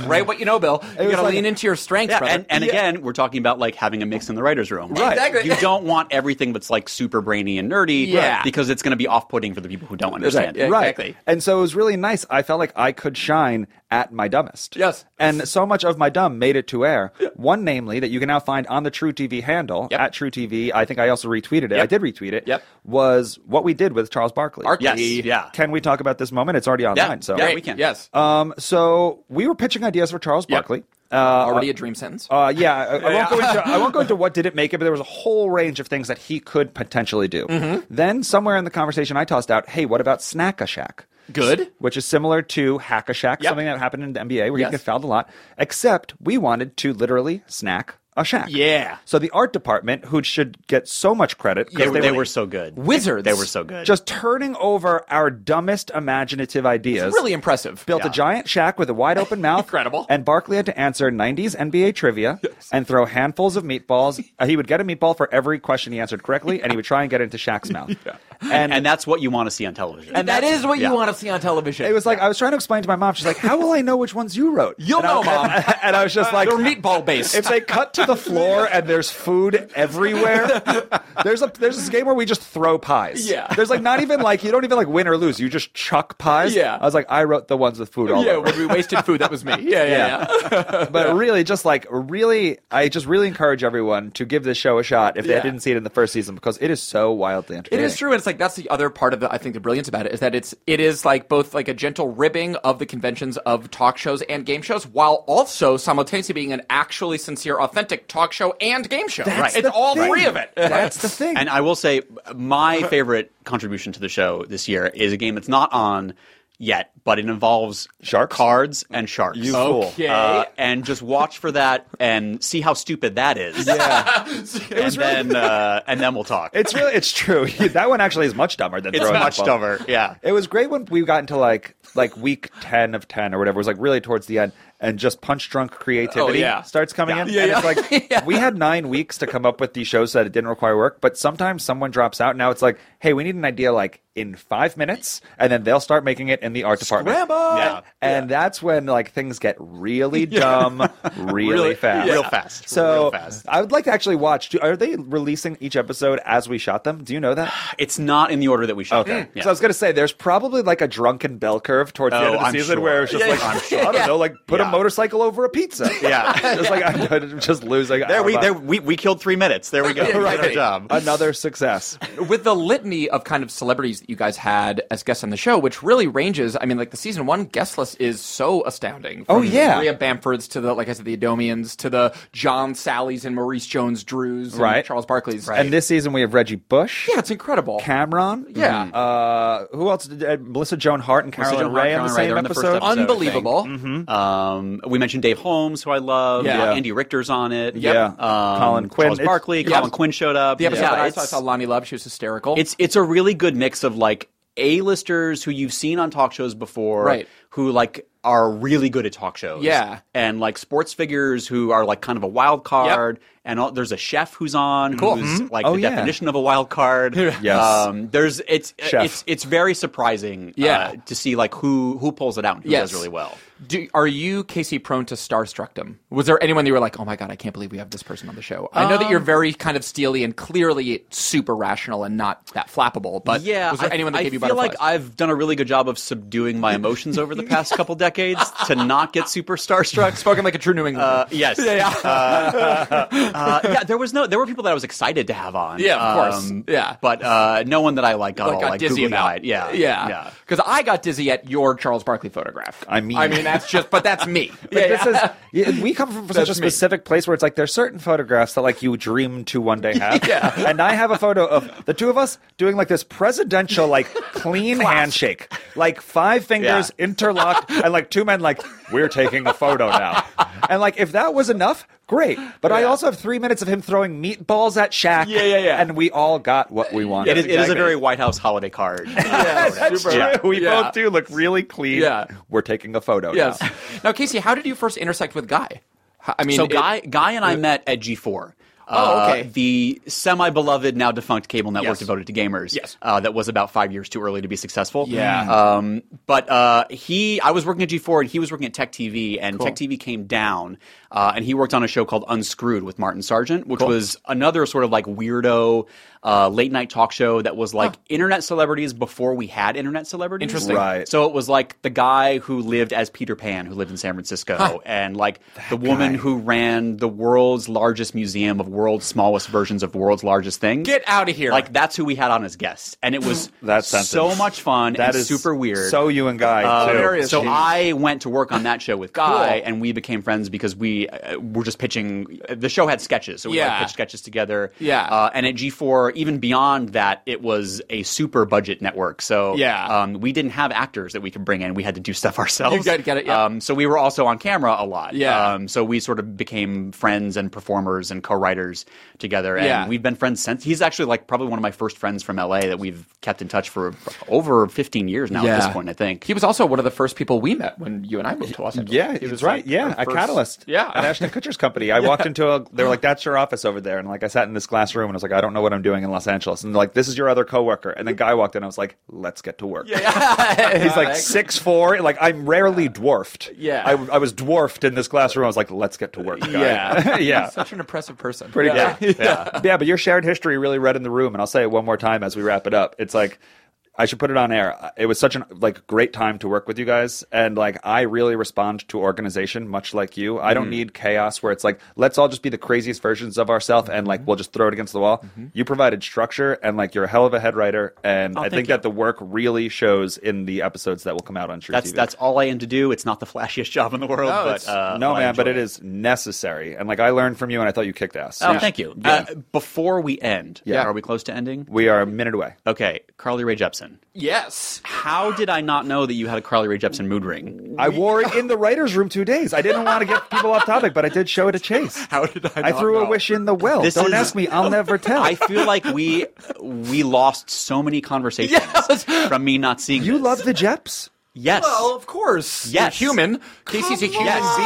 B: right? What you know, Bill. You
C: was
B: gotta
C: like-
B: lean into your strengths,
D: Yeah,
B: brother.
D: and, and again, we're talking about like having a mix in the writers' room. Like,
B: Exactly.
D: You don't want everything that's like super brainy and nerdy,
B: Yeah.
D: because it's going to be off-putting for the people who don't understand.
B: Yeah,
D: it.
C: right.
B: exactly.
C: And so it was really nice. I felt like I could shine at my dumbest.
B: Yes.
C: And so much of my dumb made it to air. One, namely, that you can now find on the True TV handle
B: Yep.
C: at True TV. I think I also retweeted it.
B: Yep.
C: I did retweet it.
B: Yep.
C: Was what we did with Charles Barkley.
B: Barkley.
D: Yes.
B: Yeah.
D: Yeah.
C: Can we talk about this moment? It's already online. So,
D: Yeah,
B: Right,
D: we can.
B: Yes.
C: um, so we were pitching ideas for Charles
B: Yep.
C: Barkley. Uh,
B: Already a dream sentence.
C: uh, yeah, I, I won't go into I won't go into what did it make it, but there was a whole range of things that he could potentially do. Then somewhere in the conversation, I tossed out, "Hey, what about Snack a Shack?"
B: Good.
C: which is similar to hack a shack,
B: Yep.
C: something that happened in the NBA where
B: Yes.
C: you get fouled a lot. Except we wanted to literally snack a shack.
B: Yeah.
C: So the art department, who should get so much credit,
D: They,
C: because
D: were- they were so good.
B: Wizards.
D: They were so good.
C: just turning over our dumbest imaginative ideas.
B: really impressive.
C: Built a
D: Yeah.
C: giant shack with a wide open mouth.
B: Incredible.
C: And Barkley had to answer 90s NBA trivia and throw handfuls of meatballs. Uh, he would get a meatball for every question he answered correctly, and he would try and get into Shaq's mouth.
D: and, that's what you want to see on television.
B: And that is what
D: yeah.
B: you want to see on television.
C: It was like I was trying to explain to my mom. She's like, "How will I know which ones you wrote?"
B: You'll
C: And I-
B: know, Mom.
C: And I was just like,
B: They're meatball based.
C: If they cut to the floor and there's food everywhere, there's a there's this game where we just throw pies.
B: Yeah.
C: There's like not even like you don't even like win or lose. You just chuck pies.
B: Yeah.
C: I was like, I wrote the ones with food all
B: yeah,
C: over.
B: when we wasted food, that was me. Yeah, yeah, yeah.
C: But really, just like really, I just really encourage everyone to give this show a shot if
B: Yeah.
C: they didn't see it in the first season because it is so wildly
B: It
C: entertaining.
B: is true, and it's like that's the other part of the I think the brilliance about it is that it's it is like both like a gentle ribbing of the conventions of talk shows and game shows, while also simultaneously being an actually sincere, authentic talk show and game show.
D: Right.
B: it's
D: the
B: all
C: thing.
B: three of it.
C: That's the thing.
D: And I will say, my favorite contribution to the show this year is a game that's not on yet, but it involves
C: Sharks?
D: cards and sharks.
C: You fool.
B: Okay.
D: Uh, and just watch for that and see how stupid that is.
C: Yeah.
D: and then uh, and then we'll talk.
C: It's really it's true. that one actually is much dumber than
D: It's
C: throwing
D: much
C: meatballs.
D: dumber. Yeah.
C: It was great when we got into like like week ten of ten or whatever. It was like really towards the end, and just punch drunk creativity
B: Oh, yeah.
C: starts coming in.
B: Yeah,
C: and
B: yeah.
C: it's like we had nine weeks to come up with these shows that it didn't require work, but sometimes someone drops out. Now it's like, hey, we need an idea like in five minutes, and then they'll start making it in the art department.
D: Yeah.
C: And that's when like things get really dumb, really,
D: Really-
C: fast,
D: real fast,
C: So
D: real fast.
C: I would like to actually watch. Do, are they releasing each episode as we shot them? Do you know that?
D: It's not in the order that we should.
C: Okay.
D: Yeah.
C: So I was gonna say, there's probably like a drunken bell curve towards the
D: Oh,
C: end of the
D: I'm
C: season
D: sure.
C: where it's just
D: Yeah,
C: like
D: I'm sure.
C: I don't know, like put a
D: Yeah.
C: motorcycle over a pizza.
D: Yeah.
C: just like I'm just losing.
D: there we
C: our
D: there
C: mind.
D: we, we killed three minutes. There we go.
B: Yeah,
D: Good
B: right.
D: job.
C: Another success.
B: with the litany of kind of celebrities that you guys had as guests on the show, which really ranges. I mean, like the season one guest list is so astounding. From
C: Oh, yeah.
B: Maria Bamfords to the like I said, the Adomians to the John Sallys and Maurice Jones Drews, and
C: Right.
B: Charles Barkley's,
C: And this season we have Reggie Bush.
B: yeah, it's incredible.
C: Cameron.
B: Yeah.
C: Uh, who else? Did, uh, Melissa Joan Hart and
D: Melissa
C: Carolyn
D: Joan Hart,
C: Ray on the
D: Carolyn Ray,
C: same
D: they're on the first
C: episode.
D: episode.
B: Unbelievable.
D: Mm-hmm.
C: Mm-hmm.
D: Um, we mentioned Dave Holmes, who I love.
B: Yeah.
D: Uh, Andy Richter's on it.
B: Yep. Yeah.
D: Um,
C: Colin Quinn.
D: Charles
C: It's-
D: Barkley.
B: yeah.
D: Colin Quinn showed up.
B: The episode
D: Yeah,
B: that I saw, I
D: it's-
B: saw Lonnie Love. She was hysterical.
D: It's it's a really good mix of like A-listers who you've seen on talk shows before,
B: Right.
D: Who like are really good at talk shows,
B: Yeah.
D: and like sports figures who are like kind of a wild card. And all, there's a chef who's on, who's
B: Mm-hmm.
D: like
C: Oh,
D: the
C: yeah.
D: definition of a wild card.
C: Yes.
D: um, there's it's
C: Chef.
D: it's it's very surprising,
B: Yeah.
D: uh, to see like who who pulls it out, and who
B: Yes.
D: does really well.
B: do, are you Casey prone to starstruckdom? Was there anyone that you were like, oh my god, I can't believe we have this person on the show? I know
D: Um,
B: that you're very kind of steely and clearly super rational and not that flappable, but
D: yeah,
B: was there
D: I,
B: anyone that
D: I
B: gave you
D: feel
B: butterflies?
D: like I've done a really good job of subduing my emotions over the past couple decades to not get super starstruck.
B: spoken like a true New Englander.
D: Uh, yes. Yeah, yeah. yeah, there was no. There were people that I was excited to have on. Um,
B: Yeah, of course. Yeah.
D: but uh, no one that I like got
B: like
D: all
B: got
D: like
B: dizzy about
D: googly-eyed. Yeah,
B: yeah, because I got dizzy at your Charles Barkley photograph.
C: I mean-
B: I mean that's just, but that's me.
C: Like,
B: yeah,
C: this
B: yeah.
C: is yeah, we come from such
B: That's
C: a
B: me.
C: specific place where it's like there's certain photographs that like you dream to one day have.
B: Yeah.
C: And I have a photo of the two of us doing like this presidential like clean handshake, like five fingers interlocked, and like two men like we're taking a photo now. And like if that was enough, great. But I
B: Yeah.
C: also have three minutes of him throwing meatballs at Shaq.
B: Yeah, yeah, yeah.
C: And we all got what we wanted.
D: It is, it is a
B: Exactly.
D: very White House holiday card.
C: That's
B: super.
C: true. We
B: Yeah.
C: both do look really clean.
B: Yeah.
C: We're taking a photo
B: Yes.
C: now.
B: now, Casey, how did you first intersect with Guy? H- I mean,
D: so
B: it-
D: guy, guy and I met at G4.
B: Oh,
D: uh,
B: okay.
D: the semi-beloved, now defunct cable network
B: Yes.
D: devoted to gamers.
B: Yes.
D: uh, that was about five years too early to be successful.
C: Mm.
B: Yeah.
D: Um, but uh, he, I was working at G4, and he was working at Tech TV, and
B: Cool.
D: Tech TV came down, uh, and he worked on a show called Unscrewed with Martin Sargent, which was another sort of like weirdo uh, late night talk show that was like internet celebrities before we had internet celebrities.
B: Interesting.
C: Right.
D: So it was like the guy who lived as Peter Pan, who lived in San Francisco, and like the woman who ran the world's largest museum of world's smallest versions of world's largest things.
B: Get outta here.
D: Like that's who we had on as guests, and it was
C: That sentence.
D: so much fun.
C: That
D: and
C: is
D: super weird.
C: So you and Guy too.
B: there is-
D: so
B: Jeez.
D: I went to work on that show with Guy,
B: Uh, Cool.
D: and we became friends because we uh, were just pitching. The show had sketches, so we
B: Yeah.
D: like, pitched sketches together.
B: Yeah.
D: uh, and at G4, even beyond that, it was a super budget network. So
B: Yeah.
D: um, we didn't have actors that we could bring in. We had to do stuff ourselves.
B: You gotta get it, yeah.
D: Um, so we were also on camera a lot.
B: Yeah.
D: um, so we sort of became friends and performers and co-writers together, and
B: Yeah.
D: we've been friends since. He's actually like probably one of my first friends from LA that we've kept in touch for over 15 years now at this point. I think
B: he was also one of the first people we met when you and I moved to Los Angeles.
C: Yeah,
B: he
C: it
B: was
C: was right.
B: like
C: yeah,
B: our
C: a
B: first-
C: catalyst.
B: Yeah.
C: at Ashton Kutcher's company. I walked into a. They were like, "That's your office over there," and like I sat in this glass room and I was like, "I don't know what I'm doing in Los Angeles," and they're like, "This is your other coworker." And then guy walked in, I was like, "Let's get to work." He's like six four. Like I'm rarely dwarfed.
B: Yeah.
C: I, I was dwarfed in this classroom. I was like, "Let's get to work." Guy.
B: Yeah.
C: yeah.
B: Such an impressive person.
C: Pretty
B: yeah.
C: good. Yeah. yeah, but your shared history really read in the room, and I'll say it one more time as we wrap it up. It's like I should put it on air. It was such an like great time to work with you guys, and like I really respond to organization much like you. I
D: Mm-hmm.
C: don't need chaos where it's like let's all just be the craziest versions of ourselves, and
D: Mm-hmm.
C: like we'll just throw it against the wall. You provided structure, and like you're a hell of a head writer, and
D: Oh,
C: I think that the work really shows in the episodes that will come out on True
D: that's
C: TV.
D: that's all I aim to do. It's not the flashiest job in the world,
B: No,
D: but
B: it's-
D: uh,
C: no
D: but I
C: man, but
D: enjoy
C: it is necessary, and like I learned from you, and I thought you kicked ass.
D: Oh,
C: Yeah.
D: thank you.
C: Yeah.
D: Uh, before we end,
C: Yeah.
D: are we close to ending?
C: We are a minute away.
D: Okay, Carly Rae Jepsen.
B: Yes.
D: How did I not know that you had a Carly Rae Jepsen mood ring?
C: I wore it in the writers' room two days. I didn't want to get people off topic, but I did show it to Chase.
B: How did I?
C: I
B: not
C: threw a
B: know?
C: wish in the well.
D: This
C: Don't
D: is-
C: ask me; I'll never tell.
D: I feel like we we lost so many conversations from me not seeing
C: you
D: this.
C: love the Jeps.
D: yes.
B: Well, of course.
D: Yes.
B: You're human. Casey's a human
D: Yes,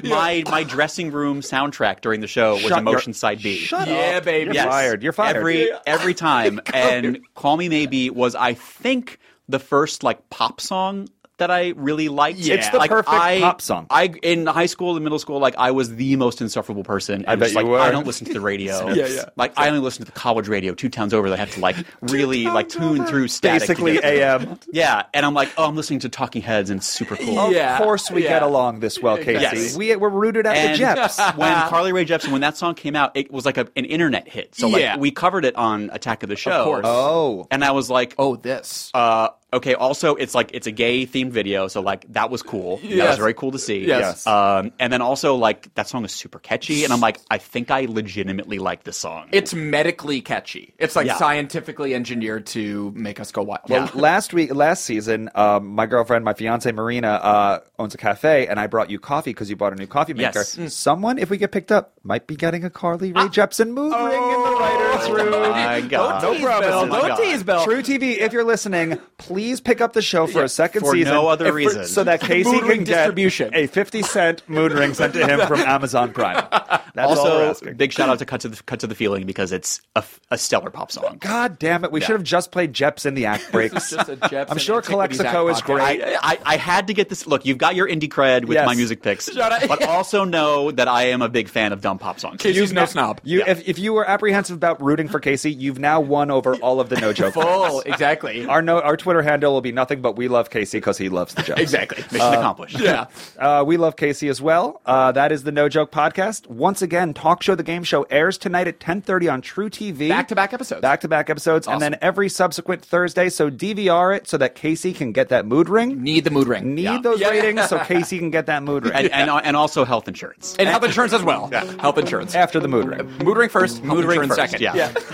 B: being.
D: my my my dressing room soundtrack during the show was
C: Shut your-
D: Emotion Side B.
C: Shut
B: Yeah,
C: up.
B: baby.
C: You're
D: Yes.
C: fired. You're fired.
D: Every every time. and Call Me Maybe was I think the first like pop song that I really liked.
B: Yeah. It's the
D: like,
C: perfect
D: I-
C: pop song.
D: I in high school and middle school, like I was the most insufferable person. I
C: bet
D: like,
C: you were.
D: I don't listen to the radio.
B: Yeah, yeah.
D: Like I only listen to the college radio two towns over. That I have to like really like tune through static. to
C: basically
D: get through.
C: AM.
D: Yeah, and I'm like, oh, I'm listening to Talking Heads and it's super cool.
B: Oh, Yeah.
C: Of course, we
B: Yeah.
C: get along this well, Casey.
D: Yes.
C: We we're rooted at the
D: and
C: Jeps.
D: when Carly Rae Jepsen, when that song came out, it was like a, an internet hit. So like
B: Yeah.
D: we covered it on Attack of the Show.
B: course.
C: Oh.
D: and I was like,
B: Oh, this.
D: uh, okay. Also, it's like it's a gay themed video, so like that was cool. That was
B: Yes.
D: very cool to see.
B: Yes.
D: Um, and then also like that song is super catchy, and I'm like, I think I legitimately like this song.
B: it's medically catchy. It's like
D: Yeah.
B: scientifically engineered to make us go wild.
C: Well, last week, last season, um, my girlfriend, my fiance Marina, uh, owns a cafe, and I brought you coffee because you bought a new coffee maker.
D: Yes. Mm. Ah.
C: Someone, if we get picked up, might be getting a Carly Rae Jepsen mood
D: Oh.
C: ring in the writers' room.
D: my God.
C: No
B: Tease
C: problem.
B: Bell.
D: Oh my
B: Don't
D: God.
B: tease Bell.
C: True TV, if you're listening, please please pick up the show for a second
D: for
C: season
D: no other
C: if- for-
D: reason.
C: so that Casey
B: Moon
C: can
B: ring
C: get
B: distribution.
C: a fifty cent moon ring sent to him from Amazon Prime. That's all we're
D: also,
C: asking.
D: big shout out to Cut to the Cut to the Feeling because it's a, f- a stellar pop song.
C: God damn it! We should have just played Jeps in the act breaks.
B: Just a Jeps
C: I'm
B: and
C: sure
B: Antiquities Act
C: Calexico is
B: podcast.
C: great.
D: I, I, I had to get this. Look, you've got your indie cred with
C: Yes.
D: my music picks,
B: Shout out-
D: but also know that I am a big fan of dumb pop songs.
B: Casey's no snob.
C: You,
D: Yeah.
C: if, if you were apprehensive about rooting for Casey, you've now won over all of the no joke.
B: Full, exactly.
C: Our no, our Twitter handle will be nothing but we love Casey because he loves the joke.
D: Exactly. Mission accomplished.
B: yeah.
C: Uh, we love Casey as well. Uh, that is the No Joke Podcast. Once again, Talk Show the Game Show airs tonight at 10:30 on True TV.
B: Back-to-back episodes.
C: Back-to-back episodes,
B: Awesome.
C: and then every subsequent Thursday. So DVR it so that Casey can get that mood ring.
B: Need the mood ring.
C: Need
D: Yeah.
C: those
B: Yeah.
C: ratings so Casey can get that mood ring
D: And, and and also health insurance.
B: And health insurance as well. Health insurance.
C: after the mood ring.
B: Mood ring first, mood ring
D: first,
B: second.
D: yeah.
C: Th-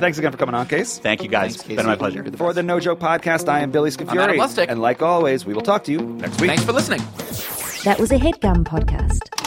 C: thanks again for coming on, Case.
D: Thank you guys.
B: Thanks,
D: Been my
B: Casey.
D: pleasure.
C: For the No Joke Podcast, I am Billy
B: Adam
C: Scafuri,
B: Lustig.
C: and like always, we will talk to you next week.
B: Thanks for listening.
A: That was a headgum podcast.